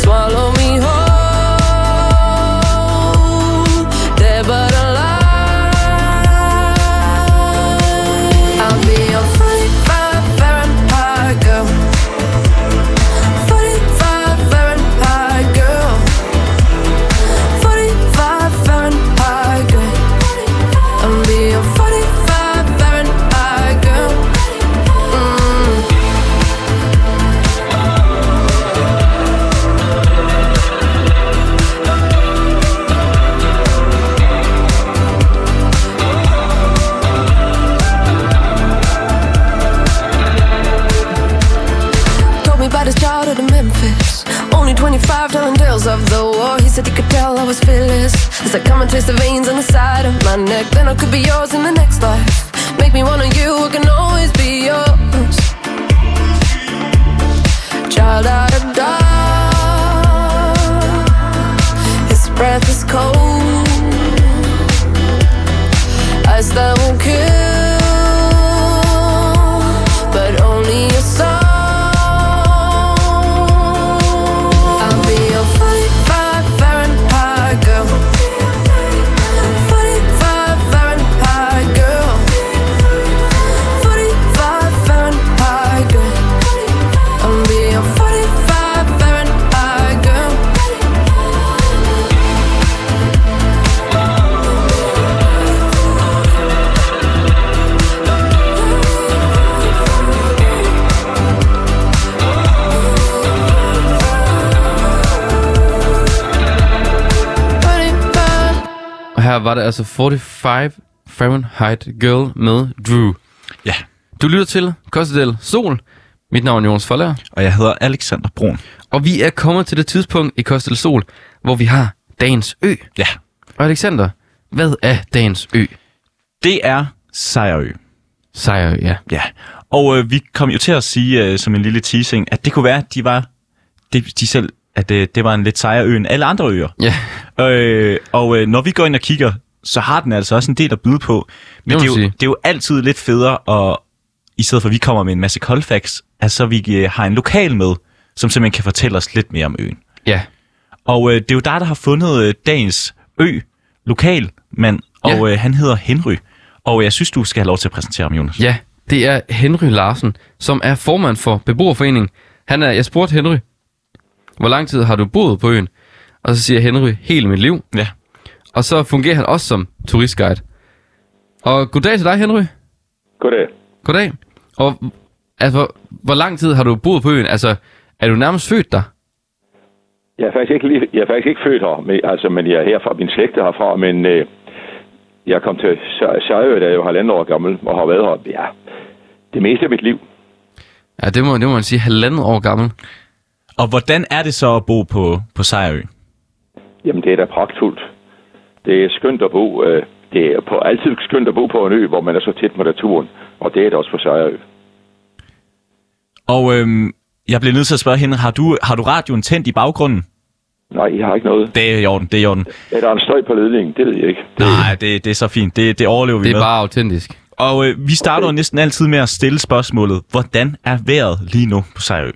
Speaker 5: Swallow me whole, dead but alive. I'll be your 45 Fahrenheit girl. 45 Fahrenheit girl. 45 Fahrenheit girl. I'll be your 45 Fahrenheit girl. Mm. Told me about his childhood in Memphis. Only 25 telling tales of the war. He said he could tell I was fearless. As I come and taste the veins on the side of my neck, then I could be yours in the next life. Make me one of you, I can always be yours. Child out of dark, his breath is cold. Ice that won't kill, but only your soul. I'll be your 45 Fahrenheit girl. 45 Fahrenheit girl. 45 Fahrenheit girl. I'll be your 45 Fahrenheit girl.
Speaker 1: Og her var det altså 45 Fahrenheit Girl med Drew.
Speaker 2: Ja.
Speaker 1: Du lytter til Costa del Sol. Mit navn er Jonas Forlær.
Speaker 2: Og jeg hedder Alexander Brun.
Speaker 1: Og vi er kommet til det tidspunkt i Costa del Sol, hvor vi har dagens ø.
Speaker 2: Ja.
Speaker 1: Og Alexander, hvad er dagens ø?
Speaker 2: Det er Sejrø.
Speaker 1: Sejrø, ja.
Speaker 2: Ja, og øh, vi kom jo til at sige øh, som en lille teasing, at det kunne være, at de var de, de selv, at øh, det var en lidt sejere ø end alle andre øer.
Speaker 1: Ja,
Speaker 2: Øh, og øh, når vi går ind og kigger, så har den altså også en del at byde på. Men
Speaker 1: Det må
Speaker 2: det er, jo,
Speaker 1: man sige.
Speaker 2: det er jo altid lidt federe, og i stedet for at vi kommer med en masse cold facts, at så vi øh, har en lokal med, som simpelthen kan fortælle os lidt mere om øen.
Speaker 1: ja.
Speaker 2: Og øh, det er jo dig, der har fundet øh, dagens ø, lokal mand, og
Speaker 1: Ja.
Speaker 2: øh, han hedder Henry. Og øh, jeg synes, du skal have lov til at præsentere ham, Jonas.
Speaker 1: Ja, det er Henry Larsen, som er formand for Beboerforeningen. Han er, jeg spurgte Henry, hvor lang tid har du boet på øen? Og så siger Henry, hele mit liv.
Speaker 2: Ja.
Speaker 1: Og så fungerer han også som turistguide. Og goddag til dig, Henry.
Speaker 6: Goddag.
Speaker 1: Goddag. Og altså, hvor- hvor lang tid har du boet på øen? Altså, er du nærmest født der?
Speaker 6: Jeg er faktisk ikke, lige, jeg er faktisk ikke født her, men, altså, men jeg er herfra, min slægt er herfra, men øh, jeg kom til Sej- Sejrø, da jeg var halvandet år gammel, og har været her ja, det meste af mit liv.
Speaker 1: Ja, det må, det må man sige, halvandet år gammel.
Speaker 2: Og hvordan er det så at bo på, på Sejrø?
Speaker 6: Jamen, det er da pragtfuldt. Det er skønt at bo. Øh, det er på, altid skønt at bo på en ø, hvor man er så tæt på naturen, og det er det også på Sejrø.
Speaker 2: Og øhm, jeg bliver nødt til at spørge hende, har du, har du radioen tændt i baggrunden?
Speaker 6: Nej, jeg har ikke noget.
Speaker 2: Det er i orden, det er i orden.
Speaker 6: Er der en støj på ledningen? Det ved jeg ikke.
Speaker 2: Nej, det, det er så fint, det, det overlever vi
Speaker 1: Det er
Speaker 2: med.
Speaker 1: bare autentisk.
Speaker 2: Og øh, vi starter okay. næsten altid med at stille spørgsmålet, hvordan er vejret lige nu på Sejrø?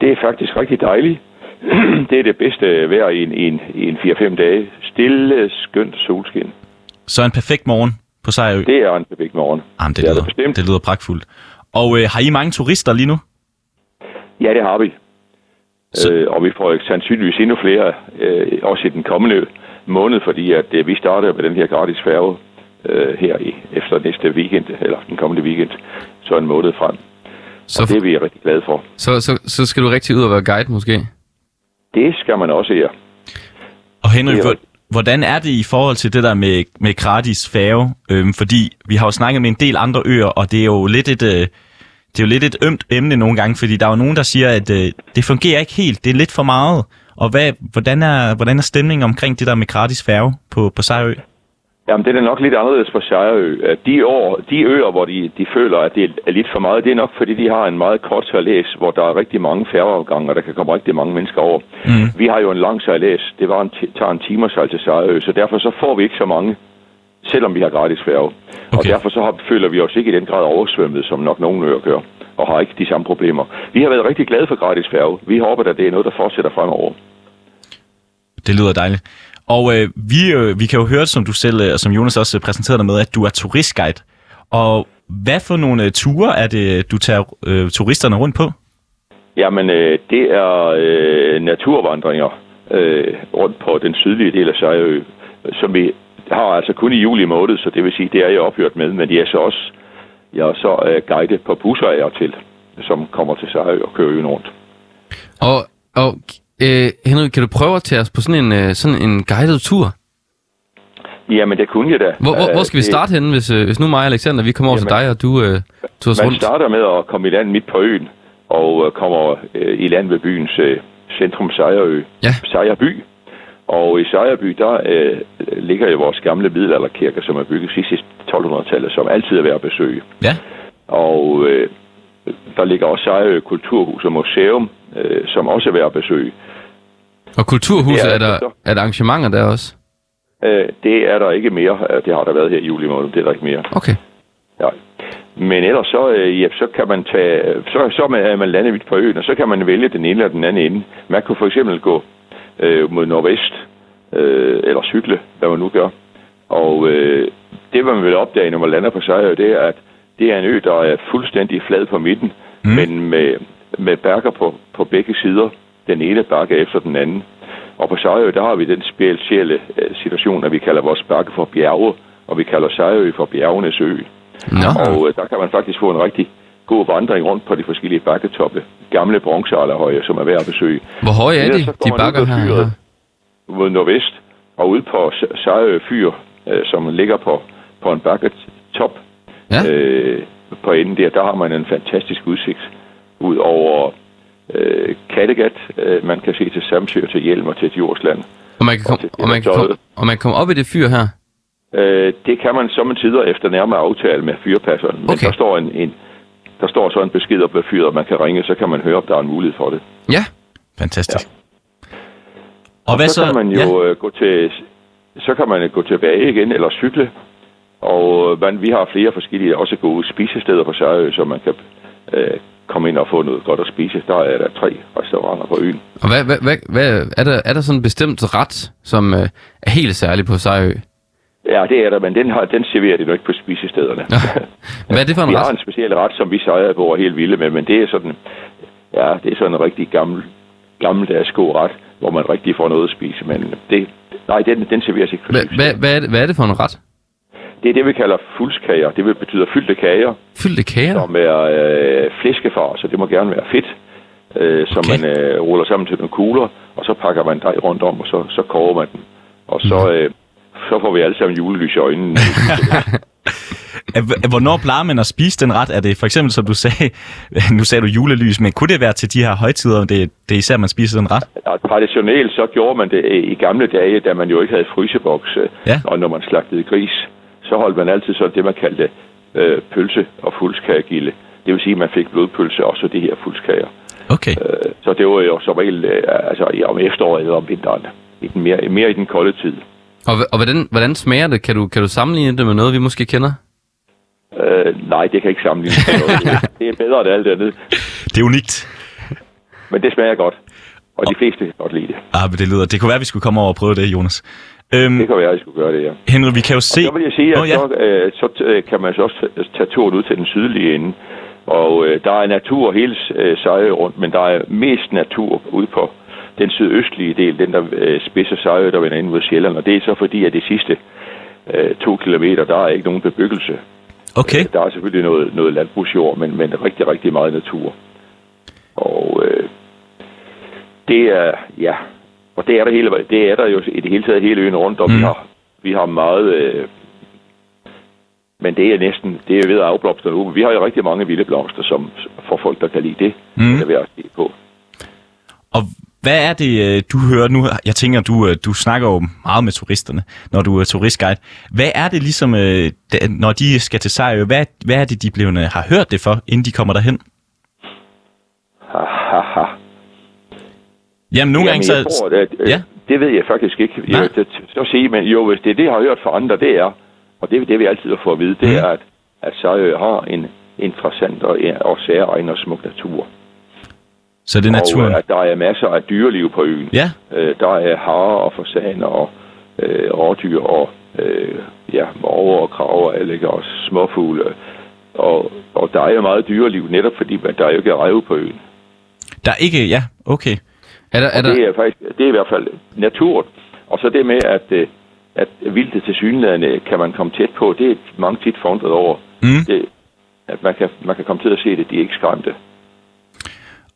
Speaker 6: Det er faktisk rigtig dejligt. det er det bedste vejr i en, i en, i en 4-5 dage. Stille, skønt solskin.
Speaker 2: Så en perfekt morgen på Sejrø.
Speaker 6: Det er en perfekt morgen.
Speaker 2: Jamen, det,
Speaker 6: det er
Speaker 2: lyder,
Speaker 6: det bestemt.
Speaker 2: det lyder pragtfuldt. Og øh, har I mange turister lige nu?
Speaker 6: Ja, det har vi.
Speaker 2: Så-
Speaker 6: Øh, og vi får sandsynligvis endnu flere, øh, også i den kommende måned, fordi at, øh, vi starter med den her gratis færge øh, her i, efter næste weekend, eller den kommende weekend, så en måned frem.
Speaker 1: Så,
Speaker 6: Det er vi rigtig glade for.
Speaker 1: så, så, så skal du rigtig ud og være guide, måske?
Speaker 6: Det skal man også her.
Speaker 2: Og Henrik,
Speaker 6: Det er
Speaker 2: hvor, hvordan er det i forhold til det der med, med gratis færge? Øhm, fordi vi har jo snakket med en del andre øer, og det er jo lidt et, øh, det er jo lidt et ømt emne nogle gange, fordi der er jo nogen, der siger, at øh, det fungerer ikke helt, det er lidt for meget. Og hvad, hvordan, er, hvordan er stemningen omkring det der med gratis færge på, på Sejrø?
Speaker 6: Jamen, det er nok lidt anderledes på Sejrø. At De, år, de øer, hvor de, de føler, at det er lidt for meget, det er nok, fordi de har en meget kort sejlads, hvor der er rigtig mange færgeafgange, og der kan komme rigtig mange mennesker over. Mm. Vi har jo en lang sejlads. Det var en, ti- tager en time at sejle til Sejrø, så derfor så får vi ikke så mange, selvom vi har gratis færge. Okay. Og
Speaker 2: Okay.
Speaker 6: derfor så har, føler vi os ikke i den grad oversvømmet, som nok nogen øer gør, og har ikke de samme problemer. Vi har været rigtig glade for gratis færge. Vi håber, at det er noget, der fortsætter fremover.
Speaker 2: Det lyder dejligt. Og øh, vi, øh, vi kan jo høre, som du selv, øh, og som Jonas også øh, præsenterede dig med, at du er turistguide. Og hvad for nogle øh, ture er det, du tager øh, turisterne rundt på?
Speaker 6: Jamen, øh, det er øh, naturvandringer øh, rundt på den sydlige del af Sejrø, som vi har altså kun i juli måned, så det vil sige, det er jeg ophørt med, men jeg er så også jeg er så øh, guide på busser af og til, som kommer til Sejrø og kører øen rundt.
Speaker 1: Og, og øh, Henrik, kan du prøve at tage os på sådan en, øh, sådan en guided tur?
Speaker 6: Jamen, det kunne jeg da.
Speaker 1: Hvor, hvor,
Speaker 6: Øh,
Speaker 1: hvor skal vi
Speaker 6: det-
Speaker 1: starte henne, hvis, øh, hvis nu mig og Alexander, vi kommer over til
Speaker 6: Jamen,
Speaker 1: dig, og du øh, tog os
Speaker 6: Man
Speaker 1: rundt?
Speaker 6: starter med at komme i land midt på øen, og øh, kommer øh, i land ved byens øh, centrum Sejrø,
Speaker 1: Ja.
Speaker 6: Sejrby. Og i Sejrby, der øh, ligger jo vores gamle middelalderkirke, som er bygget sidst i 1200-tallet, som altid er værd at besøge.
Speaker 2: Ja.
Speaker 6: Og øh, der ligger også Sejrø Kulturhus og Museum, øh, som også er værd at besøge.
Speaker 1: Og kulturhuset,
Speaker 6: Ja,
Speaker 1: er, der,
Speaker 6: så-
Speaker 1: er der arrangementer der også?
Speaker 6: Øh, det er der ikke mere. Øh, Det har der været her i juli måned, det er der ikke mere.
Speaker 1: Okay.
Speaker 6: Nej. Men ellers så, øh, ja, så kan man tage, så, så er man, er man landet midt på øen, og så kan man vælge den ene eller den anden ende. Man kunne for eksempel gå øh, mod nordvest, øh, eller cykle, hvad man nu gør. Og øh, det, man vil opdage, når man lander på Sejrø, det er, at det er en ø, der er fuldstændig flad på midten, mm. men med, med bakker på, på begge sider. Den ene bakke efter den anden. Og på Sejrø, der har vi den specielle øh, situation, at vi kalder vores bakke for bjerge, og vi kalder Sejrø for bjergenes ø.
Speaker 1: Nå,
Speaker 6: Og øh, der kan man faktisk få en rigtig god vandring rundt på de forskellige bakketoppe. Gamle bronzealderhøje, som er værd at besøge.
Speaker 1: hvor høje er
Speaker 6: Ellers
Speaker 1: de,
Speaker 6: så går
Speaker 1: de
Speaker 6: man ud
Speaker 1: bakker
Speaker 6: og
Speaker 1: her?
Speaker 6: fyrer.
Speaker 1: her?
Speaker 6: Mod nordvest og ude på S- Sejrø Fyr, øh, som ligger på, på en bakketop
Speaker 1: Ja.
Speaker 6: øh, på enden der, der har man en fantastisk udsigt ud over øh, Kattegat. Øh, man kan se til Samsø, og til Hjelm og til Djursland.
Speaker 1: Og man kan komme
Speaker 6: til
Speaker 1: og man kan komme, og man kan komme op i det fyr her?
Speaker 6: Øh, det kan man sommetider efter nærmere aftale med fyrpasseren. Men
Speaker 1: Okay.
Speaker 6: der står en, en der står så en besked op ved fyret, og man kan ringe, så kan man høre, om der er en mulighed for det.
Speaker 1: Ja.
Speaker 2: Fantastisk. Ja. Og, hvad så?
Speaker 6: så kan man jo ja. gå til så kan man øh, gå tilbage igen eller cykle. Og øh, man, vi har flere forskellige også gode spisesteder på Sørø, så man kan øh, komme ind og få noget godt at spise. Der er der tre restauranter på øen.
Speaker 1: Og hvad, hvad, hvad, hvad, er, der, er der sådan en bestemt ret, som øh, er helt særlig på Sejø?
Speaker 6: Ja, det er der, men den, har, den serverer de nu ikke på spisestederne.
Speaker 1: Hvad er det for en
Speaker 6: vi har
Speaker 1: ret?
Speaker 6: en speciel ret, som vi sejrer på og er helt vilde med, men det er sådan, ja, det er sådan en rigtig gammel, gammeldags god ret, hvor man rigtig får noget at spise, men det, nej, den, den serveres ikke på
Speaker 1: Hvad, hvad,
Speaker 6: spisestederne.
Speaker 1: hvad, er det, hvad er det for en ret?
Speaker 6: Det er det, vi kalder fuldskager. Det vil- betyder fyldte kager.
Speaker 1: Fyldte kager?
Speaker 6: som er øh, flæskefar, så det må gerne være fedt, øh, som
Speaker 2: Okay.
Speaker 6: okay. man øh, ruller sammen til nogle kugler, og så pakker man dej rundt om, og så, så koger man den. Og så, øh, så får vi alle sammen julelys i øjnene.
Speaker 2: Ja. Hv- Hvornår plejer man at spise den ret? Er det for eksempel, som du sagde, nu sagde du julelys, men kunne det være til de her højtider, det, det er især, man spiser den ret?
Speaker 6: og traditionelt så gjorde man det øh, i gamle dage, da man jo ikke havde fryseboks, øh,
Speaker 2: Ja.
Speaker 6: og når man slagtede gris, så holdt man altid så det, man kaldte øh, pølse- og fuldskagegilde. Det vil sige, at man fik blodpølse og så de her fuldskager.
Speaker 2: Okay.
Speaker 6: Øh, så det var jo som regel øh, altså, i- om efteråret eller om vinteren. I den mere, mere i den kolde tid.
Speaker 1: Og, hv- og hvordan, hvordan smager det? Kan du, kan du sammenligne det med noget, vi måske kender?
Speaker 6: Øh, nej, det kan ikke sammenlignes med noget. Det er bedre end alt andet.
Speaker 2: Det er unikt.
Speaker 6: Men det smager godt. Og de fleste kan godt lide det.
Speaker 2: Ah, men det lyder... Det kunne være, at vi skulle komme over og prøve det, Jonas. Øhm,
Speaker 6: Det kan være, at I skulle gøre det, ja.
Speaker 2: Henry, vi kan jo se...
Speaker 6: Så vil jeg sige, at
Speaker 2: Nå,
Speaker 6: oh,
Speaker 2: ja.
Speaker 6: ja. så, øh, så øh, kan man så også t- tage turen ud til den sydlige ende. Og øh, der er natur hele øh, Sejø rundt, men der er mest natur ude på den sydøstlige del, den der øh, spidser Sejø, der vender ind mod Sjælland. Og det er så fordi, at de sidste øh, to kilometer, der er ikke nogen bebyggelse.
Speaker 2: Okay.
Speaker 6: Der er selvfølgelig noget, noget landbrugsjord, men, men rigtig, rigtig meget natur. Og øh, det er, ja, og det er der, hele, det er der jo i det hele taget hele øen rundt, og mm. vi, har, vi har meget, øh, men det er næsten, det er ved at afblomstre nu. Vi har jo rigtig mange vilde blomster, som for folk, der kan lide det, mm. er ved at se på.
Speaker 2: Og hvad er det, øh, du hører nu? Jeg tænker, du, øh, du snakker jo meget med turisterne, når du er turistguide. Hvad er det ligesom, øh, da- når de skal til Sejø, hvad, hvad er det, de blevne har hørt det for, inden de kommer derhen?
Speaker 6: Haha.
Speaker 2: Jamen, nogle gange
Speaker 6: Jamen, jeg
Speaker 2: så...
Speaker 6: tror, at, øh,
Speaker 2: Ja.
Speaker 6: ja. Det ved jeg faktisk ikke.
Speaker 2: Nej.
Speaker 6: Jeg, det, så sige, men jo, hvis det er det, jeg har hørt fra andre, det er, og det er det, vi altid får at vide, det
Speaker 2: Mm.
Speaker 6: er, at, at Sejø har en interessant og, og særegen og smuk natur.
Speaker 2: Så det er naturen.
Speaker 6: Og øh, at der er masser af dyreliv på øen.
Speaker 2: Ja,
Speaker 6: Øh, der er harer og fasaner og øh, rådyr og øh, ja, morger og kraver og, ikke, og småfugle. Og, og der er jo meget dyreliv, netop fordi at der jo ikke er rev på øen.
Speaker 2: der er ikke... Ja, okay.
Speaker 1: Er der, er der,
Speaker 6: Det er faktisk, det er i hvert fald naturen. Og så det med, at, øh, at vildtet til synlædende kan man komme tæt på, det er mange tit forundret over.
Speaker 2: Mm.
Speaker 6: Det, at man kan, man kan komme til at se det, de er ikke skræmte.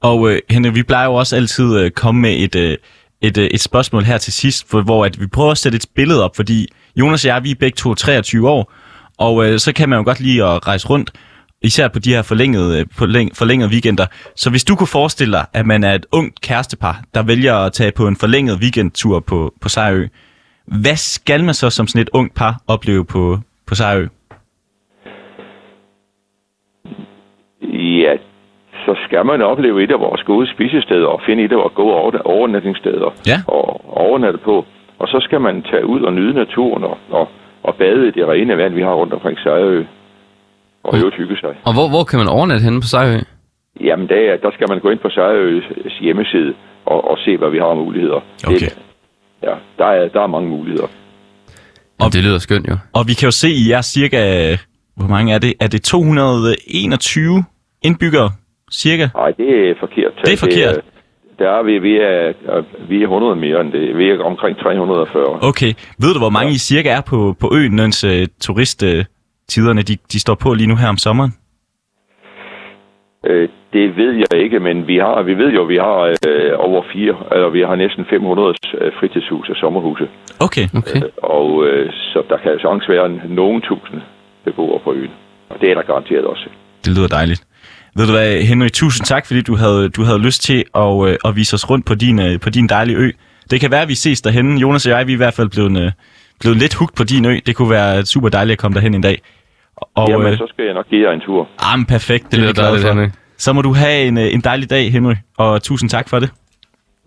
Speaker 2: Og øh, Henrik, vi plejer jo også altid at øh, komme med et, øh, et, øh, et spørgsmål her til sidst, for, hvor at vi prøver at sætte et billede op, fordi Jonas og jeg, vi er begge to 23 år, og øh, så kan man jo godt lide at rejse rundt, især på de her forlængede, øh, forlæng, forlængede weekender. Så hvis du kunne forestille dig, at man er et ungt kærestepar, der vælger at tage på en forlænget weekendtur på, på Sejø, hvad skal man så som sådan et ungt par opleve på, på Sejø?
Speaker 6: Ja, så skal man opleve et af vores gode spisesteder og finde et af vores gode overn- overnatningssteder
Speaker 2: Ja.
Speaker 6: og overnatte på. Og så skal man tage ud og nyde naturen og, og, og bade i det rene vand, vi har rundt omkring Sejrø. Og i øvrigt hygge sig.
Speaker 1: og hvor, hvor kan man overnatte henne på Sejø?
Speaker 6: Jamen, der, der skal man gå ind på Sejrøs hjemmeside og, og se, hvad vi har af muligheder.
Speaker 2: Okay.
Speaker 6: Det, ja, der er, der er mange muligheder.
Speaker 1: Og det lyder skønt jo.
Speaker 2: Og vi kan jo se, I er cirka... Hvor mange er det? Er det 221 indbyggere? Cirka?
Speaker 6: Nej, det er forkert.
Speaker 2: Det er forkert.
Speaker 6: øh, der er vi, vi er, øh, vi er 100 mere end det. Vi er omkring 340.
Speaker 2: Okay. Ved du, hvor mange I cirka er på, på øen, mens uh, turisttiderne de, de står på lige nu her om sommeren?
Speaker 6: Øh, det ved jeg ikke, men vi har, vi ved jo, at vi har øh, over fire, eller vi har næsten 500 øh, fritidshus og sommerhuse,
Speaker 2: Okay.
Speaker 1: Okay.
Speaker 6: og øh, så der kan jo sagtens være en- nogen tusinde beboere på øen. Og det er der garanteret også.
Speaker 2: Det lyder dejligt. Ved du hvad, Henry, tusind tak, fordi du havde, du havde lyst til at, øh, at vise os rundt på din, øh, på din dejlige ø. Det kan være, at vi ses derhen. Jonas og jeg, vi er i hvert fald blevet, øh, blevet lidt hugt på din ø. Det kunne være super dejligt at komme derhen en dag. Og,
Speaker 6: Og, Jamen,
Speaker 2: øh,
Speaker 6: så skal jeg nok give jer en tur.
Speaker 2: Jamen, perfekt. Det,
Speaker 1: Det
Speaker 2: det er
Speaker 1: lyder
Speaker 2: jeg glad
Speaker 1: dejligt,
Speaker 2: for.
Speaker 1: Henrik.
Speaker 2: Så må du have en, øh, en dejlig dag, Henry, og tusind tak for det.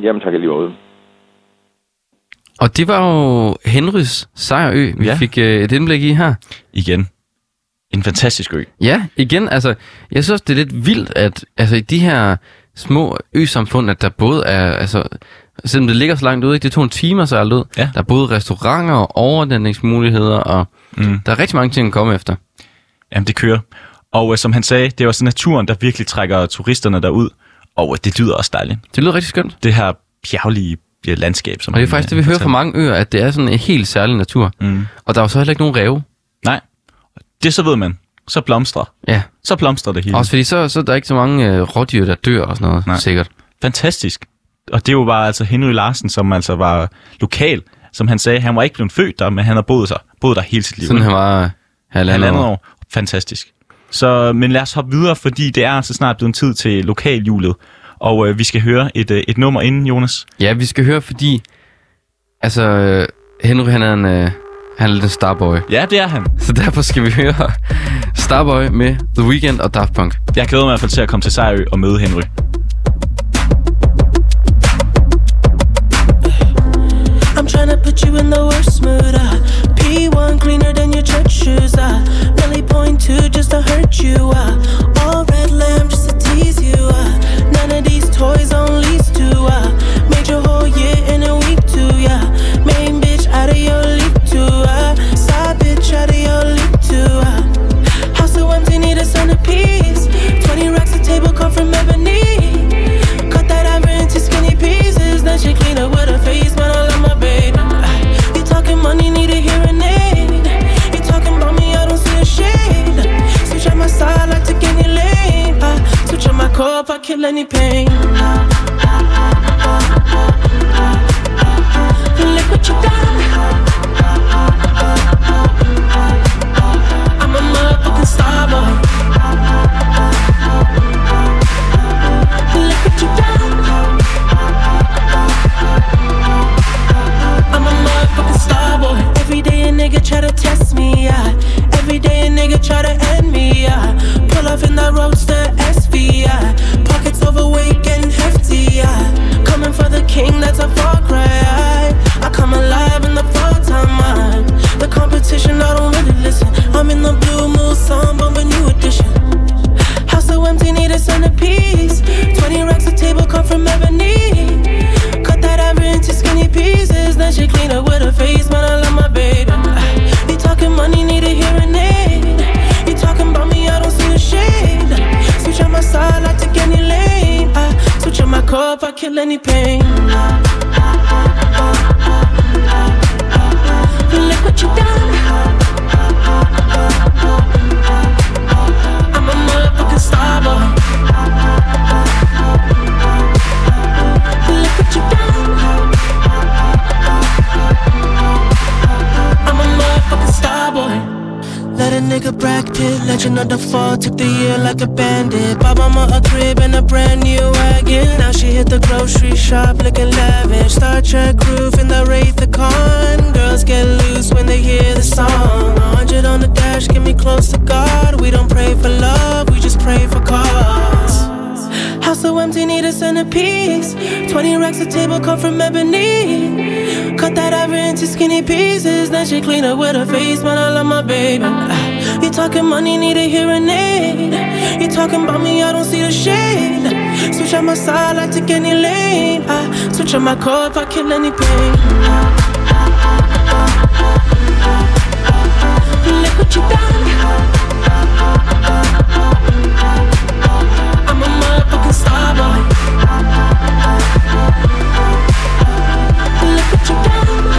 Speaker 6: Jamen, tak alligevel.
Speaker 1: Og det var jo Henrys Sejrø, vi
Speaker 2: Ja.
Speaker 1: ja. fik øh, et indblik i her.
Speaker 2: Igen. En fantastisk ø.
Speaker 1: Ja, igen, altså, jeg synes også, det er lidt vildt, at altså, i de her små øsamfund, at der både er, altså, selvom det ligger så langt ude, ikke? det tog en time så alt ud,
Speaker 2: Ja.
Speaker 1: der er både restauranter og overnatningsmuligheder, og mm. der er rigtig mange ting at komme efter.
Speaker 2: Jamen, det kører. Og øh, som han sagde, det er også naturen, der virkelig trækker turisterne derud. Og øh, det lyder også dejligt.
Speaker 1: Det lyder rigtig skønt.
Speaker 2: Det her bjerglige øh, landskab, som
Speaker 1: Og det er
Speaker 2: han,
Speaker 1: faktisk det,
Speaker 2: øh,
Speaker 1: vi hører
Speaker 2: fortalte.
Speaker 1: fra mange øer, at det er sådan en helt særlig natur. Mm. Og der er jo så heller ikke nogen ræve.
Speaker 2: Nej, det så ved man. Så blomstrer.
Speaker 1: Ja,
Speaker 2: Så blomstrer det hele.
Speaker 1: også fordi så, så er der ikke så mange øh, rådyr, der dør og sådan noget,
Speaker 2: Nej.
Speaker 1: Mm. Nej. sikkert.
Speaker 2: Fantastisk. Og det var bare altså Henry Larsen, som altså var lokal. Som han sagde, han var ikke blevet født der, men han har boet, sig, boet der hele sit liv.
Speaker 1: Sådan han var øh, halvandet,
Speaker 2: halvandet
Speaker 1: halvandet år.
Speaker 2: år. Fantastisk. Så, men lad os hoppe videre, fordi det er altså snart blevet en tid til lokalhjulet. Og øh, vi skal høre et, øh, et nummer inden, Jonas.
Speaker 1: Ja, vi skal høre, fordi... Altså, øh, Henry, han er en... Øh, han er lidt en starboy.
Speaker 2: Ja, det er han.
Speaker 1: Så derfor skal vi høre Starboy med The Weeknd og Daft Punk.
Speaker 2: Jeg glæder mig i hvert fald til at komme til Sejrø og møde Henry.
Speaker 7: I'm trying to put you in the worst mood. Uh. P1 cleaner than your church shoes. Uh. Belly point two just to hurt you. Uh. All red lamp just to tease you. Uh. None of these toys on lease to uh. uh. uh.
Speaker 5: Uh,
Speaker 7: Uh, Uh, kill any pain. Look what you done. I'm a motherfucking star boy. Look what you done. I'm a motherfucking star boy. Let a nigga bracket, legend of the fall, took the year like a bandit. Bought mama a crib and a brand new wagon. Now she hit the grocery shop looking lavish. Star Trek groove in the Wraith the Con. Girls get loose when they hear the song. 100 on the dash, get me close to God. We don't pray for love, we just pray for cause. House so empty, need a centerpiece. 20 racks of table cut from ebony. Cut that ever into skinny pieces. Then she clean up with her face, man. I love my baby. Ah, You talking money, need a hearing aid. You talking about me, I don't see the shade. Switch on my side, I take any lane. I switch on my core if I kill any pain. Look what you done. I'm a motherfucking star boy. Look what you done.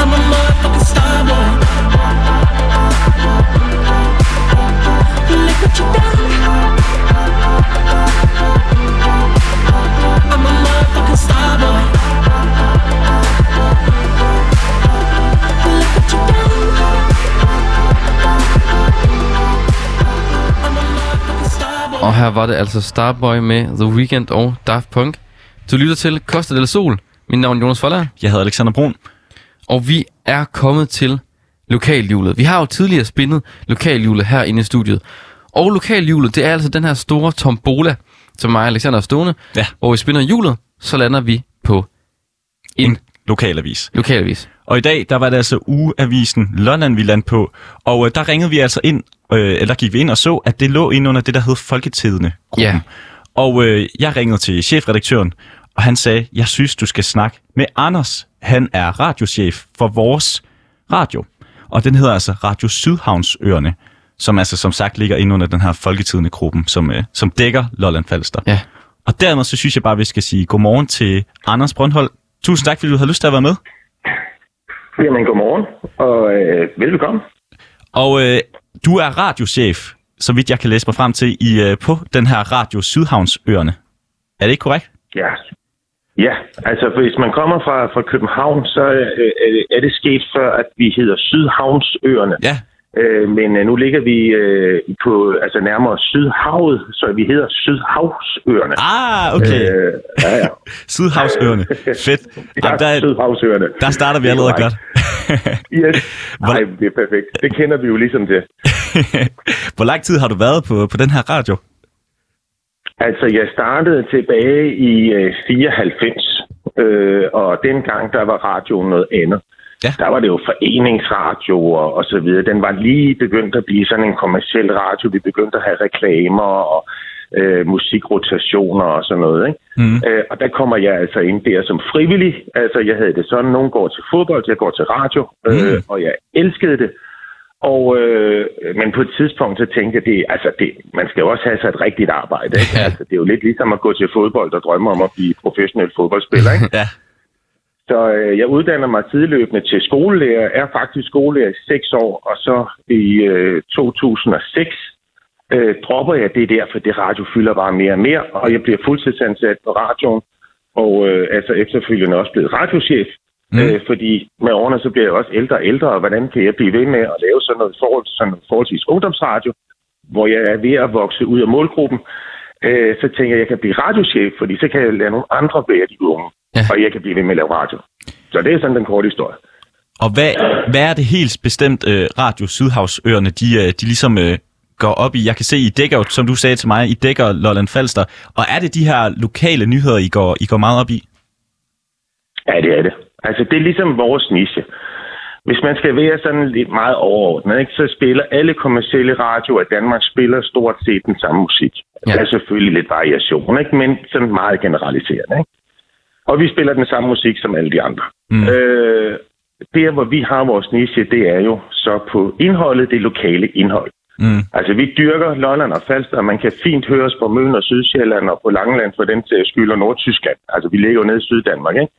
Speaker 7: I'm a motherfucking star boy. Look what you done. I'm a motherfucking star boy. Look what you done. I'm a motherfucking star boy.
Speaker 1: Og her var det altså Starboy med The Weeknd og Daft Punk. Du lytter til Costa del Sol. Mit navn er Jonas Forland,
Speaker 2: Jeg hedder Alexander Brun.
Speaker 1: og vi er kommet til lokalhjulet. Vi har jo tidligere spindet lokalhjulet herinde i studiet. Og lokalhjulet, det er altså den her store tombola, som mig og Alexander er stående.
Speaker 2: Ja.
Speaker 1: Hvor vi spinner hjulet, så lander vi på en
Speaker 2: Lokalavis.
Speaker 1: lokalavis.
Speaker 2: Og i dag, der var det altså ugeavisen Lolland, vi landte på. Og øh, der ringede vi altså ind, øh, eller gik vi ind og så, at det lå inde under det, der hed Folketidene.
Speaker 1: Ja.
Speaker 2: Og øh, jeg ringede til chefredaktøren, og han sagde, jeg synes, du skal snakke med Anders. Han er radiochef for vores radio. Og den hedder altså Radio Sydhavnsøerne, som altså som sagt ligger inde under den her Folketidene-gruppen, som, øh, som dækker Lolland Falster.
Speaker 1: Ja.
Speaker 2: Og dermed så synes jeg bare, at vi skal sige godmorgen til Anders Brøndhold. Tusind tak, fordi du havde lyst til at være med.
Speaker 8: Jamen, godmorgen, og øh, velbekomme.
Speaker 2: Og øh, du er radiochef, så vidt jeg kan læse mig frem til, i øh, på den her Radio Sydhavnsøerne. Er det ikke korrekt?
Speaker 8: Ja. Ja, altså hvis man kommer fra, fra København, så øh, er det- er det sket før, at vi hedder Sydhavnsøerne.
Speaker 2: Ja.
Speaker 8: Øh, men øh, nu ligger vi øh, på altså nærmere Sydhavet, så vi hedder Sydhavsøerne.
Speaker 2: Ah, okay. Øh.
Speaker 8: Øh, ja, ja.
Speaker 2: Sydhavsøerne. Fedt.
Speaker 8: ja
Speaker 2: Jamen, der,
Speaker 8: Sydhavsøerne.
Speaker 2: der starter vi
Speaker 8: Det er
Speaker 2: allerede
Speaker 8: korrekt.
Speaker 2: godt.
Speaker 8: Yes.
Speaker 2: Hvor-
Speaker 8: Nej, det er perfekt. Det kender vi jo ligesom til.
Speaker 2: Hvor lang tid har du været på, på den her radio?
Speaker 8: Altså, jeg startede tilbage i øh, 94, øh, og dengang der var radioen noget andet.
Speaker 2: Ja.
Speaker 8: Der var det jo foreningsradio og, og så videre. Den var lige begyndt at blive sådan en kommersiel radio. Vi begyndte at have reklamer og øh, musikrotationer og sådan noget. Ikke?
Speaker 2: Mm.
Speaker 8: Øh, og der kommer jeg altså ind der som frivillig. Altså, jeg havde det sådan, nogen går til fodbold, jeg går til radio, øh,
Speaker 2: Mm.
Speaker 8: og jeg elskede det. Og, øh, men på et tidspunkt, så tænkte jeg, det, altså det, man skal jo også have sig et rigtigt arbejde. Ikke?
Speaker 1: Ja.
Speaker 8: Altså, det er jo lidt ligesom at gå til fodbold og drømme om at blive professionel fodboldspiller. Ikke?
Speaker 2: Ja.
Speaker 8: Så øh, jeg uddanner mig sideløbende til skolelærer, er faktisk skolelærer i seks år, og så i øh, 2006 øh, dropper jeg det der, for det radio fylder bare mere og mere, og jeg bliver fuldtidsansat på radioen, og øh, altså efterfølgende også blevet radiochef,
Speaker 2: Mm.
Speaker 8: mm. øh, fordi med årene så bliver jeg også ældre og ældre, og hvordan kan jeg blive ved med at lave sådan noget i forhold til sådan noget forholdsvis ungdomsradio, hvor jeg er ved at vokse ud af målgruppen, øh, så tænker jeg, at jeg kan blive radiochef, fordi så kan jeg lade nogle andre være de unge,
Speaker 1: Ja.
Speaker 8: ja. og jeg kan blive ved med at lave radio. Så det er sådan den korte historie.
Speaker 2: Og hvad, hvad er det helt bestemt øh, Radio Sydhavsøerne, de, øh, de ligesom øh, går op i? Jeg kan se, I dækker, jo, som du sagde til mig, I dækker Lolland Falster. Og er det de her lokale nyheder, I går, I går meget op i?
Speaker 8: Ja, det er det. Altså, det er ligesom vores niche. Hvis man skal være sådan lidt meget overordnet, ikke, så spiller alle kommercielle radioer i Danmark spiller stort set den samme musik.
Speaker 1: Ja.
Speaker 8: Ja. Der er selvfølgelig lidt variation, ikke, men sådan meget generaliserende. Ikke? Og vi spiller den samme musik som alle de andre.
Speaker 2: Mm.
Speaker 8: Mm. Øh, der, hvor vi har vores niche, det er jo så på indholdet, det lokale indhold.
Speaker 2: Mm.
Speaker 8: Altså, vi dyrker Lolland og Falster, og man kan fint høre os på Møn og Sydsjælland og på Langeland for den til skyld og Nordtyskland. Altså, vi ligger jo nede i Syddanmark, ikke?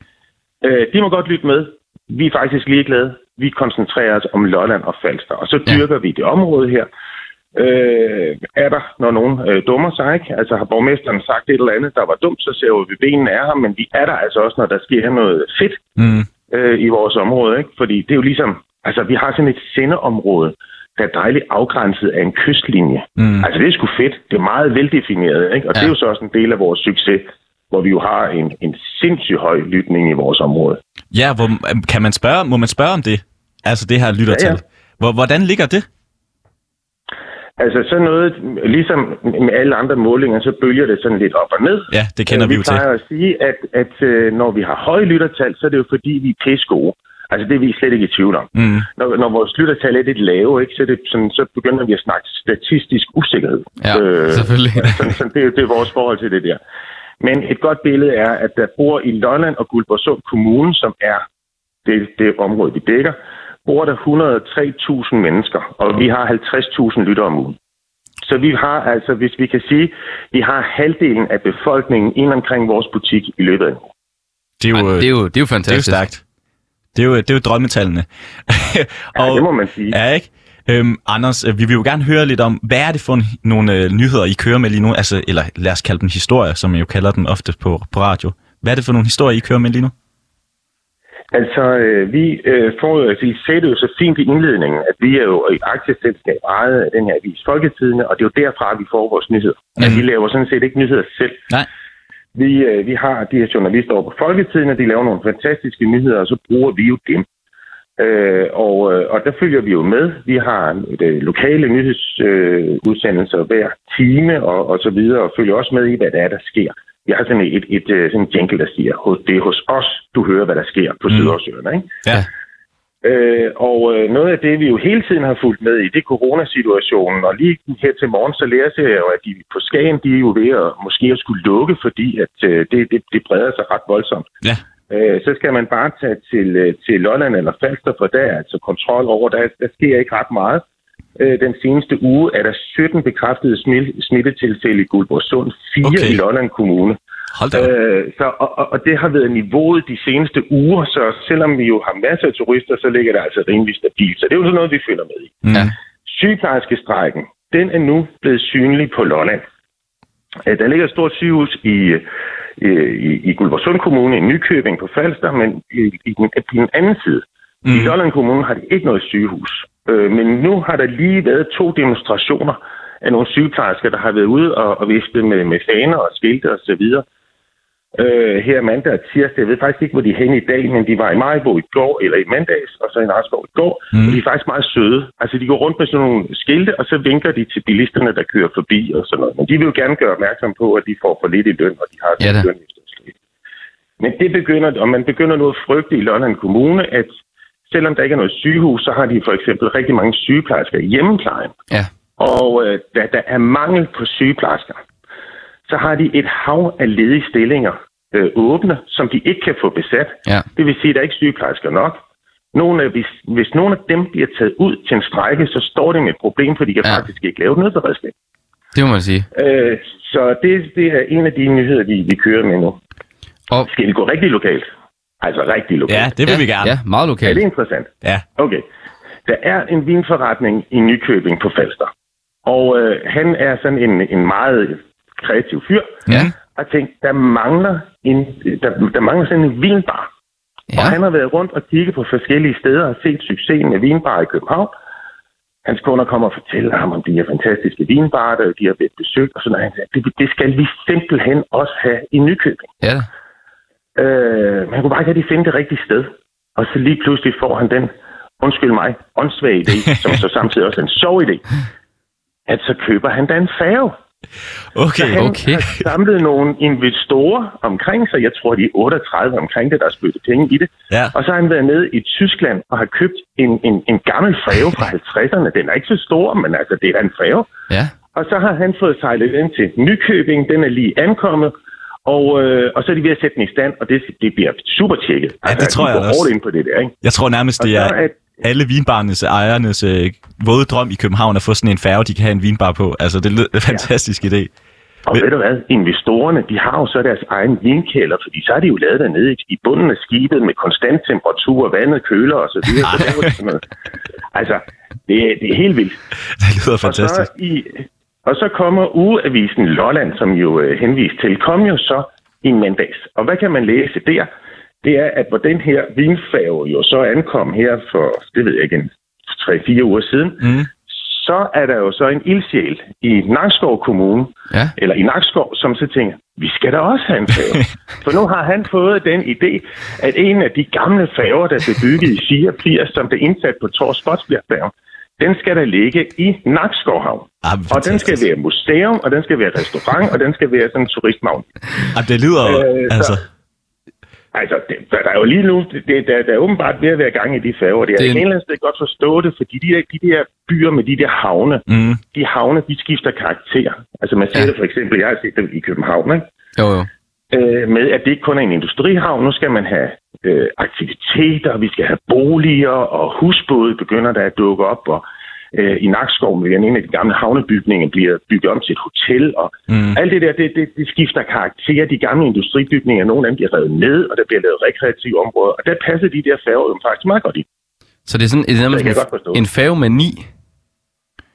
Speaker 8: Øh, de må godt lytte med. Vi er faktisk ligeglade. Vi koncentrerer os om Lolland og Falster, og så dyrker ja. vi det område her. Øh, er der, når nogen øh, dummer sig, ikke? Altså, har borgmesteren sagt et eller andet, der var dumt, så ser vi benene af ham, men vi er der altså også, når der sker noget fedt
Speaker 2: Mm.
Speaker 8: øh, i vores område. Ikke? Fordi det er jo ligesom, altså vi har sådan et sendeområde, der er dejligt afgrænset af en kystlinje.
Speaker 2: Mm.
Speaker 8: Altså det er sgu fedt. Det er meget veldefineret. Ikke? Og ja. det er jo så også en del af vores succes, hvor vi jo har en, en sindssygt høj lytning i vores område.
Speaker 2: Ja, hvor, øh, kan man spørge, må man spørge om det? Altså det her lyttertal. Ja,
Speaker 8: Ja,
Speaker 2: ja.
Speaker 8: ja.
Speaker 2: Hvor, hvordan ligger det?
Speaker 8: Altså sådan noget, ligesom med alle andre målinger, så bølger det sådan lidt op og ned.
Speaker 2: Ja, det kender
Speaker 8: Øh,
Speaker 2: vi jo til.
Speaker 8: Vi plejer at sige, at, at øh, når vi har høje lyttertal, så er det jo fordi, vi er pisse gode. Altså det er vi slet ikke i tvivl om.
Speaker 2: Mm.
Speaker 8: når, når vores lyttertal er lidt lave, ikke, så, er det sådan, så begynder vi at snakke statistisk usikkerhed. Øh,
Speaker 1: Ja, selvfølgelig.
Speaker 8: Sådan, sådan, det, er- det er vores forhold til det der. Men et godt billede er, at der bor i Lolland og Guldborgsund Kommune, som er det, det område, vi dækker, bor der 103.000 mennesker, og vi har 50.000 lyttere om ugen. Så vi har altså, hvis vi kan sige, vi har halvdelen af befolkningen ind omkring vores butik i løbet af en uge.
Speaker 2: Det er
Speaker 1: Ej,
Speaker 2: jo,
Speaker 1: det, er jo, det er jo
Speaker 2: det er jo
Speaker 1: fantastisk.
Speaker 2: stærkt. Det er jo, det er jo drømmetallene.
Speaker 8: Ja, det må man sige.
Speaker 2: Ja, ikke? Øhm, Anders, øh, vi vil jo gerne høre lidt om, hvad er det for en, nogle øh, nyheder, I kører med lige nu? Altså, eller lad os kalde dem historier, som I jo kalder dem ofte på, på radio. Hvad er det for nogle historier, I kører med lige nu?
Speaker 8: Altså, øh, vi øh, får jo, altså, I sagde det jo så fint i indledningen, at vi er jo i aktieselskab ejet af den her avis Folketidene, og det er jo derfra, vi får vores nyheder. Mm. Altså, vi laver sådan set ikke nyheder selv.
Speaker 2: Nej.
Speaker 8: Vi, øh, vi har de her journalister over på Folketiden, og de laver nogle fantastiske nyheder, og så bruger vi jo dem. Øh, og, øh, og der følger vi jo med. Vi har øh, lokale nyhedsudsendelser øh, hver time og, og så videre, og følger også med i, hvad der er, der sker. Vi har sådan et, et, et øh, sådan en jingle, der siger, "Hos- det er hos os, du hører, hvad der sker på mm. Sydårsøerne. Ikke?
Speaker 2: Ja.
Speaker 8: Øh, og øh, noget af det, vi jo hele tiden har fulgt med i, det er coronasituationen. Og lige her til morgen, så læser jeg jo, at de på Skagen, de er jo ved at måske at skulle lukke, fordi at øh, det, det, det breder sig ret voldsomt.
Speaker 2: Ja.
Speaker 8: Øh, så skal man bare tage til, øh, til Lolland eller Falster, for der er altså kontrol over, der, der sker ikke ret meget. Øh, den seneste uge er der 17 bekræftede smil- smittetilfælde i Guldborgsund, fire
Speaker 2: Okay.
Speaker 8: okay. i Lolland Kommune.
Speaker 2: Hold da op.
Speaker 8: Øh, så, og, og- og det har været niveauet de seneste uger, så selvom vi jo har masser af turister, så ligger det altså rimelig stabilt. Så det er jo sådan noget, vi følger med i.
Speaker 2: Mm.
Speaker 1: ja.
Speaker 8: Sygeplejerskestrejken, den er nu blevet synlig på Lolland. Øh, Der ligger et stort sygehus i, øh, i, i Guldborgsund Kommune, i Nykøbing på Falster, men i, i, den, i den anden side, mm. i Lolland Kommune har de ikke noget sygehus. Øh, Men nu har der lige været to demonstrationer af nogle sygeplejersker, der har været ude og, og vifte med, med faner og skilte osv. Og så øh, her mandag og tirsdag. Jeg ved faktisk ikke, hvor de er henne i dag, men de var i Majbo i går, eller i mandags, og så i Narskov i går. Mm. Og de er faktisk meget søde. Altså, de går rundt med sådan nogle skilte, og så vinker de til bilisterne, der kører forbi og sådan noget. Men de vil jo gerne gøre opmærksom på, at de får for lidt i løn, og de har
Speaker 1: Ja da.
Speaker 8: ja, løn. Men det begynder, og man begynder nu at frygte i Lolland Kommune, at selvom der ikke er noget sygehus, så har de for eksempel rigtig mange sygeplejersker i hjemmeplejen.
Speaker 1: Ja.
Speaker 8: Og øh, da der er mangel på sygeplejersker, så har de et hav af ledige stillinger øh, åbne, som de ikke kan få besat.
Speaker 1: Ja.
Speaker 8: Det vil sige, at der er ikke sygeplejersker nok. Nogle af, hvis, hvis nogle af dem bliver taget ud til en strække, så står de med et problem, for de kan
Speaker 1: Ja.
Speaker 8: ja. faktisk ikke lave noget beredskab.
Speaker 1: Det må man sige.
Speaker 8: Øh, så det, det er en af de nyheder, vi, vi kører med nu.
Speaker 1: Og,
Speaker 8: Skal det gå rigtig lokalt? Altså rigtig lokalt.
Speaker 2: Ja, det
Speaker 1: ja,
Speaker 2: vil vi gerne.
Speaker 1: Ja, meget
Speaker 8: Er
Speaker 1: lokalt.
Speaker 8: det interessant?
Speaker 2: Ja.
Speaker 8: Okay. Der er en vinforretning i Nykøbing på Falster. Og øh, han er sådan en, en meget kreativ fyr.
Speaker 1: Ja.
Speaker 8: Og jeg tænkte, der mangler, en, der, der mangler sådan en vinbar. Ja.
Speaker 1: Ja.
Speaker 8: Og han har været rundt og kigget på forskellige steder og set succesen med vinbarer i København. Hans kunder kommer og fortæller ham om de her fantastiske vinbarer, der de har været besøgt. Og sådan noget. Han sagde, det, det skal vi simpelthen også have i Nykøbing.
Speaker 1: Ja, da.
Speaker 8: Øh, men han kunne bare ikke rigtig finde det rigtige sted. Og så lige pludselig får han den, undskyld mig, åndssvage idé, som så samtidig også er en sjov idé, at så køber han da en færge.
Speaker 2: Okay.
Speaker 8: Han
Speaker 1: Okay.
Speaker 8: har samlet nogle investorer omkring sig. Jeg tror, de er 38 omkring det, der har spyttet penge i det.
Speaker 2: Ja.
Speaker 8: Og så har han været nede i Tyskland og har købt en, en, en gammel færge fra 50'erne. Den er ikke så stor, men altså, det er da en færge.
Speaker 1: Ja.
Speaker 8: Og så har han fået sejlet den til Nykøbing. Den er lige ankommet. Og, øh, og så er de ved at sætte den i stand, og det, det bliver super tjekket.
Speaker 2: det tror jeg
Speaker 8: de går
Speaker 2: også.
Speaker 8: all in på det der, ikke?
Speaker 2: Jeg tror nærmest,
Speaker 8: Og
Speaker 2: det
Speaker 8: så
Speaker 2: er
Speaker 8: er
Speaker 2: alle vinbarnes ejernes øh, våde drøm i København at få sådan en færge, de kan have en vinbar på. Altså, det er en fantastisk idé.
Speaker 8: Og ved du hvad, investorerne, de har jo så deres egen vinkælder, fordi så er de jo lavet dernede i- i bunden af skibet med konstant temperatur, vandet køler og så videre. Så laver de sådan noget. Altså, det, er- det er helt vildt.
Speaker 2: Det lyder fantastisk.
Speaker 8: Og så, i, og så kommer ugeavisen Lolland, som jo øh, henvist til, kom jo så i mandags. Og hvad kan man læse der? Det er, at hvor den her vinfave jo så ankom her for, det ved jeg ikke, en 3-4 uger siden,
Speaker 2: Mm.
Speaker 8: så er der jo så en ildsjæl i Nakskov Kommune,
Speaker 1: Ja.
Speaker 8: eller i Nakskov, som så tænker, vi skal da også have en færge. For nu har han fået den idé, at en af de gamle færger, der blev bygget i 84, som blev indsat på Tors Spotsbjergfærgen, den skal der ligge i Nakskovhavn.
Speaker 2: Ah, men
Speaker 8: Og den skal
Speaker 2: fantastisk.
Speaker 8: være museum, og den skal være restaurant, og den skal være sådan en turistmagn.
Speaker 2: Ah, det lyder
Speaker 8: Øh,
Speaker 2: øh,
Speaker 8: så-
Speaker 2: altså...
Speaker 8: Altså, det, der er jo lige nu, det, der, der er åbenbart ved at være gang i de færger. Det er,
Speaker 1: Det er
Speaker 8: det
Speaker 1: en-
Speaker 8: en eller anden sted godt forstå det, fordi de der, de der byer med de der havne,
Speaker 2: Mm.
Speaker 8: de havne, de skifter karakter. Altså man ser
Speaker 1: Ja.
Speaker 8: ja. det for eksempel, jeg har set det i København, ikke?
Speaker 1: Jo, jo.
Speaker 8: øh, med, at det ikke kun er en industrihavn. Nu skal man have øh, aktiviteter, vi skal have boliger, og husbåde begynder der at dukke op, og øh, i Nakskov, ved en af de gamle havnebygninger, bliver bygget om til et hotel, og
Speaker 2: Mm.
Speaker 8: mm. alt det der, det, det, det skifter karakter. De gamle industribygninger, nogle af dem bliver revet ned, og der bliver lavet rekreative områder, og der passer de der færger jo faktisk meget godt i.
Speaker 1: Så det er sådan det er nærmest
Speaker 8: Det kan jeg godt forstå.
Speaker 1: en, en fave med ni.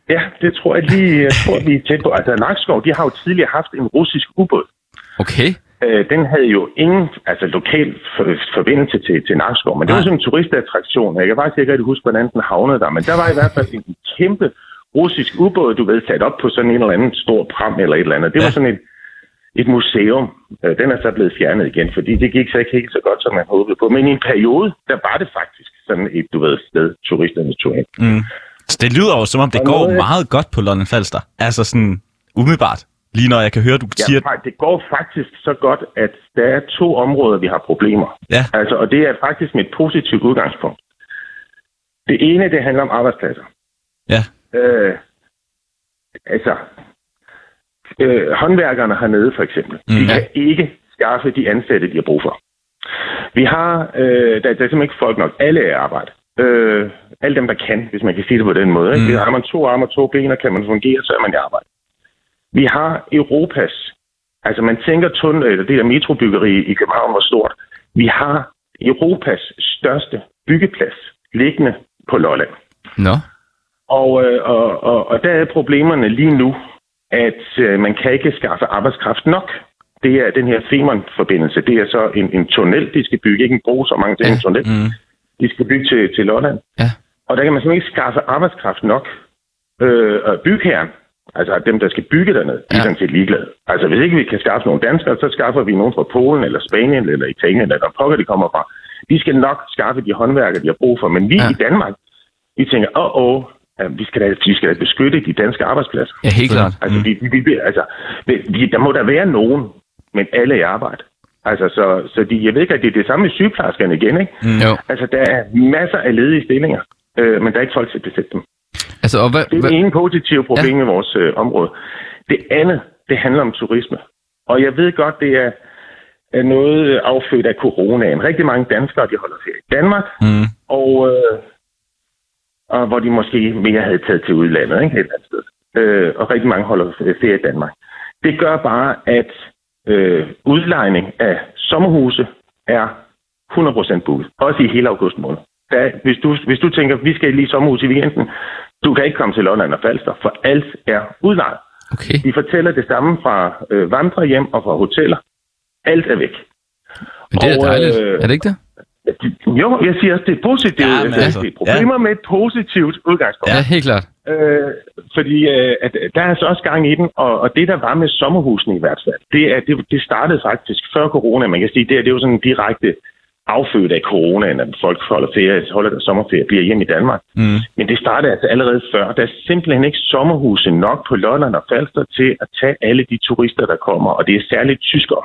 Speaker 8: Ja, det tror jeg lige, jeg tror, vi er tæt på. Altså, Nakskov, de har jo tidligere haft en russisk ubåd,
Speaker 1: Okay.
Speaker 8: Øh, den havde jo ingen altså, lokal for, forbindelse til, til Nakskov, men det var
Speaker 1: Nej.
Speaker 8: sådan en turistattraktion. Jeg kan faktisk ikke rigtig huske, hvordan den havnede der, men der var i hvert fald en kæmpe russisk ubåd, du ved, sat op på sådan en eller anden stor pram eller et eller andet. Det var sådan et, et museum. Øh, Den er så blevet fjernet igen, fordi det gik så ikke helt så godt, som man håbede på. Men i en periode, der var det faktisk sådan et, du ved, sted, turisterne tog hen.
Speaker 2: Mm. Så det lyder jo, som om det
Speaker 8: Og
Speaker 2: går
Speaker 8: noget-
Speaker 2: meget godt på London Falster. Altså sådan umiddelbart. Lige når jeg kan høre, du
Speaker 8: Ja,
Speaker 2: siger...
Speaker 8: fakt- det går faktisk så godt, at der er to områder, vi har problemer.
Speaker 2: Ja.
Speaker 8: Altså, og det er faktisk mit positive udgangspunkt. Det ene, det handler om arbejdspladser.
Speaker 2: Ja.
Speaker 8: Øh, altså, øh, håndværkerne hernede for eksempel, mm, de
Speaker 2: Mm.
Speaker 8: kan ikke skaffe de ansatte, de har brug for. Vi har, øh, der, der er simpelthen ikke folk nok. Alle er i arbejde. Øh, alle dem, der kan, hvis man kan sige det på den måde. Ikke?
Speaker 2: Mm.
Speaker 8: Har man to arme og to ben, og kan man fungere, så er man i arbejde. Vi har Europas. Altså man tænker tunnel, eller det der metrobyggeri i København var stort. Vi har Europas største byggeplads liggende på Lolland.
Speaker 1: Nå.
Speaker 8: Og, øh, og, og, og der er problemerne lige nu, at øh, man kan ikke skaffe arbejdskraft nok. Det er den her Femern-forbindelse. Det er så en, en tunnel, de skal bygge. Ikke en bro, så mange, det er en tunnel.
Speaker 2: Mm.
Speaker 8: De skal bygge til, til Lolland.
Speaker 1: Ja.
Speaker 8: Og der kan man simpelthen ikke skaffe arbejdskraft nok. Øh, og bygherren, altså dem, der skal bygge dernede, de
Speaker 1: Ja.
Speaker 8: er sådan set ligeglade. Altså hvis ikke vi kan skaffe nogle danskere, så skaffer vi nogen fra Polen, eller Spanien, eller Italien, eller der pokker de kommer fra. De skal nok skaffe de håndværkere, de har brug for. Men vi
Speaker 1: Ja.
Speaker 8: ja. i Danmark, vi tænker, åh, åh, øh, vi skal, da, vi skal da beskytte de danske arbejdspladser.
Speaker 1: Ja, helt klart.
Speaker 8: Altså,
Speaker 2: Mm.
Speaker 8: vi, vi, vi, altså det- vi, der må der være nogen, men alle er i arbejde. Altså, så, så de, jeg ved ikke, at det er det samme med sygeplejerskerne igen, ikke?
Speaker 2: Mm.
Speaker 1: Jo.
Speaker 8: Altså, der er masser af ledige stillinger, øh, men der er ikke folk til at besætte dem.
Speaker 1: Altså, og hvad,
Speaker 8: Det er
Speaker 1: hvad,
Speaker 8: det ene positive problem ja. i vores øh, område. Det andet, det handler om turisme. Og jeg ved godt, det er er noget øh, affødt af coronaen. Rigtig mange danskere, de holder ferie i Danmark,
Speaker 2: Mm.
Speaker 8: og, øh, og hvor de måske mere havde taget til udlandet, ikke? Et eller andet sted. Øh, og rigtig mange holder øh, ferie i Danmark. Det gør bare, at øh, udlejning af sommerhuse er 100% booket. Også i hele august måned. Da, hvis, du, hvis du tænker, vi skal lige i sommerhus i weekenden, du kan ikke komme til Lolland og Falster, for alt er udlejet.
Speaker 1: okay.
Speaker 8: De fortæller det samme fra øh, vandrehjem og fra hoteller. Alt er væk.
Speaker 1: Men det er da
Speaker 8: og,
Speaker 1: dejligt.
Speaker 8: øh,
Speaker 1: Er det ikke det?
Speaker 8: Jo, jeg siger også, det er positivt.
Speaker 2: Ja,
Speaker 8: Ja,
Speaker 2: men
Speaker 8: det,
Speaker 2: altså,
Speaker 8: altså, det er problemer ja. med et positivt udgangspunkt.
Speaker 1: Ja, helt klart.
Speaker 8: Øh, fordi øh, at, der er så også gang i den, og, og det der var med sommerhusene i hvert fald, det, er, det, det startede faktisk før corona. Man kan sige, det, er, det er jo sådan en direkte affødt af coronaen, at folk holder, ferie, holder deres sommerferie og bliver hjemme i Danmark.
Speaker 2: Mm.
Speaker 8: Men det startede altså allerede før. Der er simpelthen ikke sommerhuse nok på Lolland og Falster til at tage alle de turister, der kommer, og det er særligt tyskere.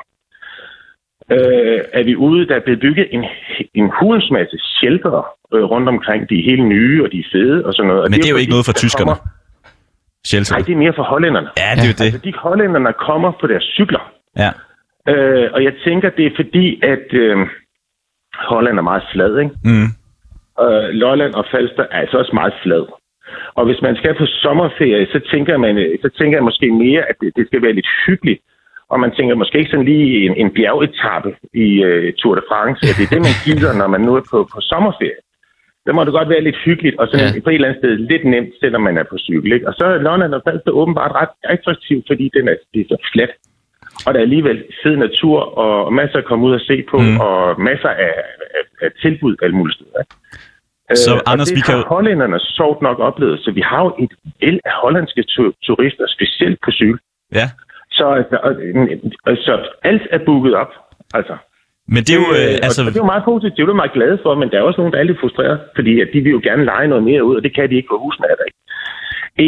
Speaker 8: Øh, er vi ude, der er blevet bygget en, en hulens masse shelter øh, rundt omkring. De er helt nye, og de er fede og sådan noget. Og
Speaker 2: Men det er jo ikke
Speaker 8: fordi,
Speaker 2: noget for
Speaker 8: der
Speaker 2: tyskerne.
Speaker 8: Kommer,
Speaker 2: Shelter.
Speaker 8: nej, det er mere for hollænderne.
Speaker 2: Ja, det er jo det.
Speaker 8: De hollænderne kommer på deres cykler.
Speaker 2: Ja.
Speaker 8: Øh, og jeg tænker, det er fordi, at øh, Holland er meget flad, ikke?
Speaker 2: Mm.
Speaker 8: øh, Lolland og Falster er altså også meget flad. Og hvis man skal på sommerferie, så tænker man, øh, så tænker jeg måske mere, at det, det skal være lidt hyggeligt. Og man tænker måske ikke sådan lige en, en bjergetappe i øh, Tour de France. At det er det, man gider, når man nu er på, på sommerferie. Der må det godt være lidt hyggeligt, og sådan
Speaker 1: Ja.
Speaker 8: ja. på et eller andet sted lidt nemt, selvom man er på cykel. Ikke? Og så er Lolland og Falster åbenbart ret attraktivt, fordi den er, det er så flat. Og der er alligevel fed natur, og masser at komme ud og se på, mm. og masser af, af, af tilbud alle mulige steder.
Speaker 2: Så
Speaker 8: Øh, og
Speaker 2: Anders,
Speaker 8: det
Speaker 2: vi kan
Speaker 8: har
Speaker 2: jo-
Speaker 8: hollænderne sjovt nok oplevet, så vi har jo et væld af hollandske tu- turister, specielt på cykel.
Speaker 2: Ja.
Speaker 8: Så, altså, og, og, så alt er booket op. Altså,
Speaker 2: Men det er jo... Øh, altså,
Speaker 8: altså... Og det er jo meget positivt, det er vi meget glade for, men der er også nogen, der er lidt frustreret, fordi at de vil jo gerne lege noget mere ud, og det kan de ikke, for husene er der ikke.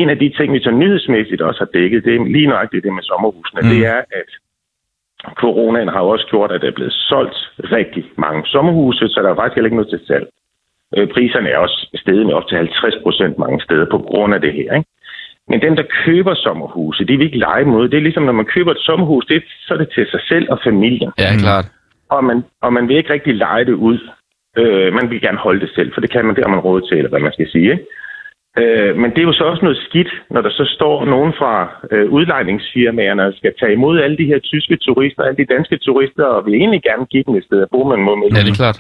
Speaker 8: En af de ting, vi så nyhedsmæssigt også har dækket, det er lige nøjagtigt det med sommerhusene, mm. det er, at coronaen har jo også gjort, at der er blevet solgt rigtig mange sommerhuse, så der er faktisk heller ikke noget til salg. Øh, Priserne er også steget med op til 50 procent mange steder på grund af det her. Ikke? Men dem, der køber sommerhuse, det vil ikke lege mod. Det er ligesom, når man køber et sommerhus, det, er- så er det til sig selv og familien
Speaker 1: Ja,
Speaker 2: Mm.
Speaker 1: klart.
Speaker 8: og man, og man vil ikke rigtig lege det ud. Øh, man vil gerne holde det selv, for det kan man, det har man råd til, eller hvad man skal sige. Ikke? Øh, men det er jo så også noget skidt, når der så står nogen fra øh, udlejningsfirmaerne og skal tage imod alle de her tyske turister, alle de danske turister, og vil egentlig gerne give dem et sted at bo, men må
Speaker 1: Ja, det er klart.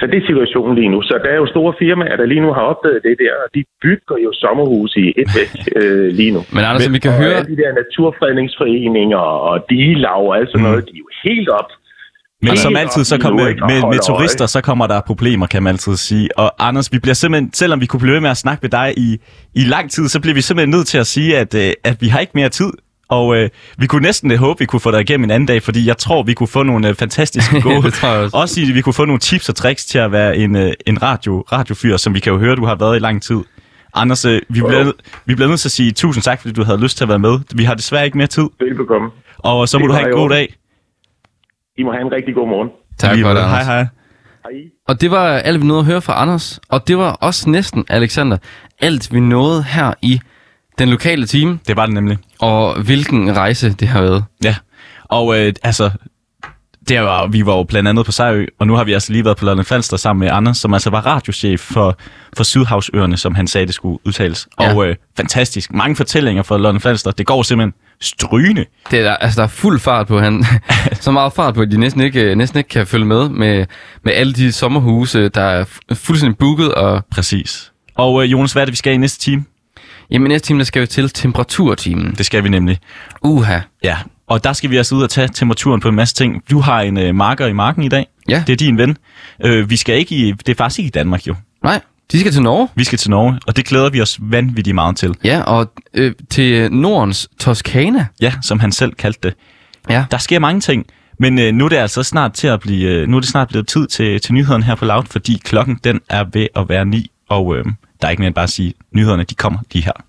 Speaker 8: så det er situationen lige nu. Så der er jo store firmaer, der lige nu har opdaget det der, og de bygger jo sommerhuse i et væk øh, lige nu.
Speaker 1: Men Anders, som vi kan
Speaker 8: og
Speaker 1: høre...
Speaker 8: alle de der naturfredningsforeninger og digelag og alt sådan
Speaker 1: Mm.
Speaker 8: noget, de er jo helt op
Speaker 2: men
Speaker 8: helt
Speaker 2: som
Speaker 8: op
Speaker 2: altid, så
Speaker 8: i
Speaker 2: kommer med,
Speaker 8: øvrigt og
Speaker 2: med, med
Speaker 8: holder
Speaker 2: turister,
Speaker 8: øje.
Speaker 2: så kommer der problemer, kan man altid sige. Og Anders, vi bliver simpelthen, selvom vi kunne blive ved med at snakke med dig i, i lang tid, så bliver vi simpelthen nødt til at sige, at, øh, at vi har ikke mere tid. Og øh, vi kunne næsten øh, håbe, vi kunne få dig igennem en anden dag, fordi jeg tror, vi kunne få nogle øh, fantastiske gode...
Speaker 1: Det tror jeg også.
Speaker 2: Også i, vi kunne få nogle tips og tricks til at være en, øh, en radio, radiofyr, som vi kan jo høre, du har været i lang tid. Anders, øh, vi bliver, vi bliver nødt til at sige tusind tak, fordi du havde lyst til at være med. Vi har desværre ikke mere tid,
Speaker 8: velbekomme.
Speaker 2: og så må
Speaker 8: Det
Speaker 2: du
Speaker 8: var
Speaker 2: have en
Speaker 8: i
Speaker 2: god
Speaker 8: orden.
Speaker 2: dag.
Speaker 8: I må have en rigtig god morgen.
Speaker 1: Tak
Speaker 2: Lige
Speaker 1: for det,
Speaker 2: måde. Hej,
Speaker 1: Anders.
Speaker 2: hej.
Speaker 1: Og det var alt, vi nåede at høre fra Anders. Og det var også næsten, Alexander, alt vi nåede her i den lokale time.
Speaker 2: Det var det nemlig.
Speaker 1: Og hvilken rejse det har været.
Speaker 2: Ja, og øh, altså, der var, vi var jo blandt andet på Sejø, og nu har vi altså lige været på Lolland Falster sammen med Anders, som altså var radiochef for, for Sydhavsøerne, som han sagde, det skulle udtales.
Speaker 1: Ja.
Speaker 2: Ja. Og øh, fantastisk. Mange fortællinger fra Lolland Falster. Det går simpelthen strygende.
Speaker 1: Det er der, altså, der er fuld fart på. Han, så meget fart på, at de næsten ikke, næsten ikke kan følge med, med med alle de sommerhuse, der er fu- fuldstændig booket. Og,
Speaker 2: Præcis. Og øh, Jonas, hvad er det, vi skal i næste time?
Speaker 1: jamen, næste time, der skal vi til temperaturtimen.
Speaker 2: Det skal vi nemlig.
Speaker 1: Uha.
Speaker 2: Ja. Og der skal vi altså ud og tage temperaturen på en masse ting. Du har en øh, marker i marken i dag.
Speaker 1: Ja.
Speaker 2: Det er din ven. Øh, vi skal ikke i, det er faktisk ikke i Danmark jo.
Speaker 1: Nej, de skal til Norge.
Speaker 2: Vi skal til Norge, og det glæder vi os vanvittigt meget til.
Speaker 1: Ja, og øh, til Nordens Toskana.
Speaker 2: Ja, som han selv kaldte det.
Speaker 1: Ja.
Speaker 2: Der sker mange ting, men øh, nu er det altså snart til at blive, øh, nu er det snart blevet tid til, til nyhederne her på øhm, Loud, fordi klokken den er ved at være ni, og øh, der er ikke mere end bare at sige, nyhederne de kommer lige her.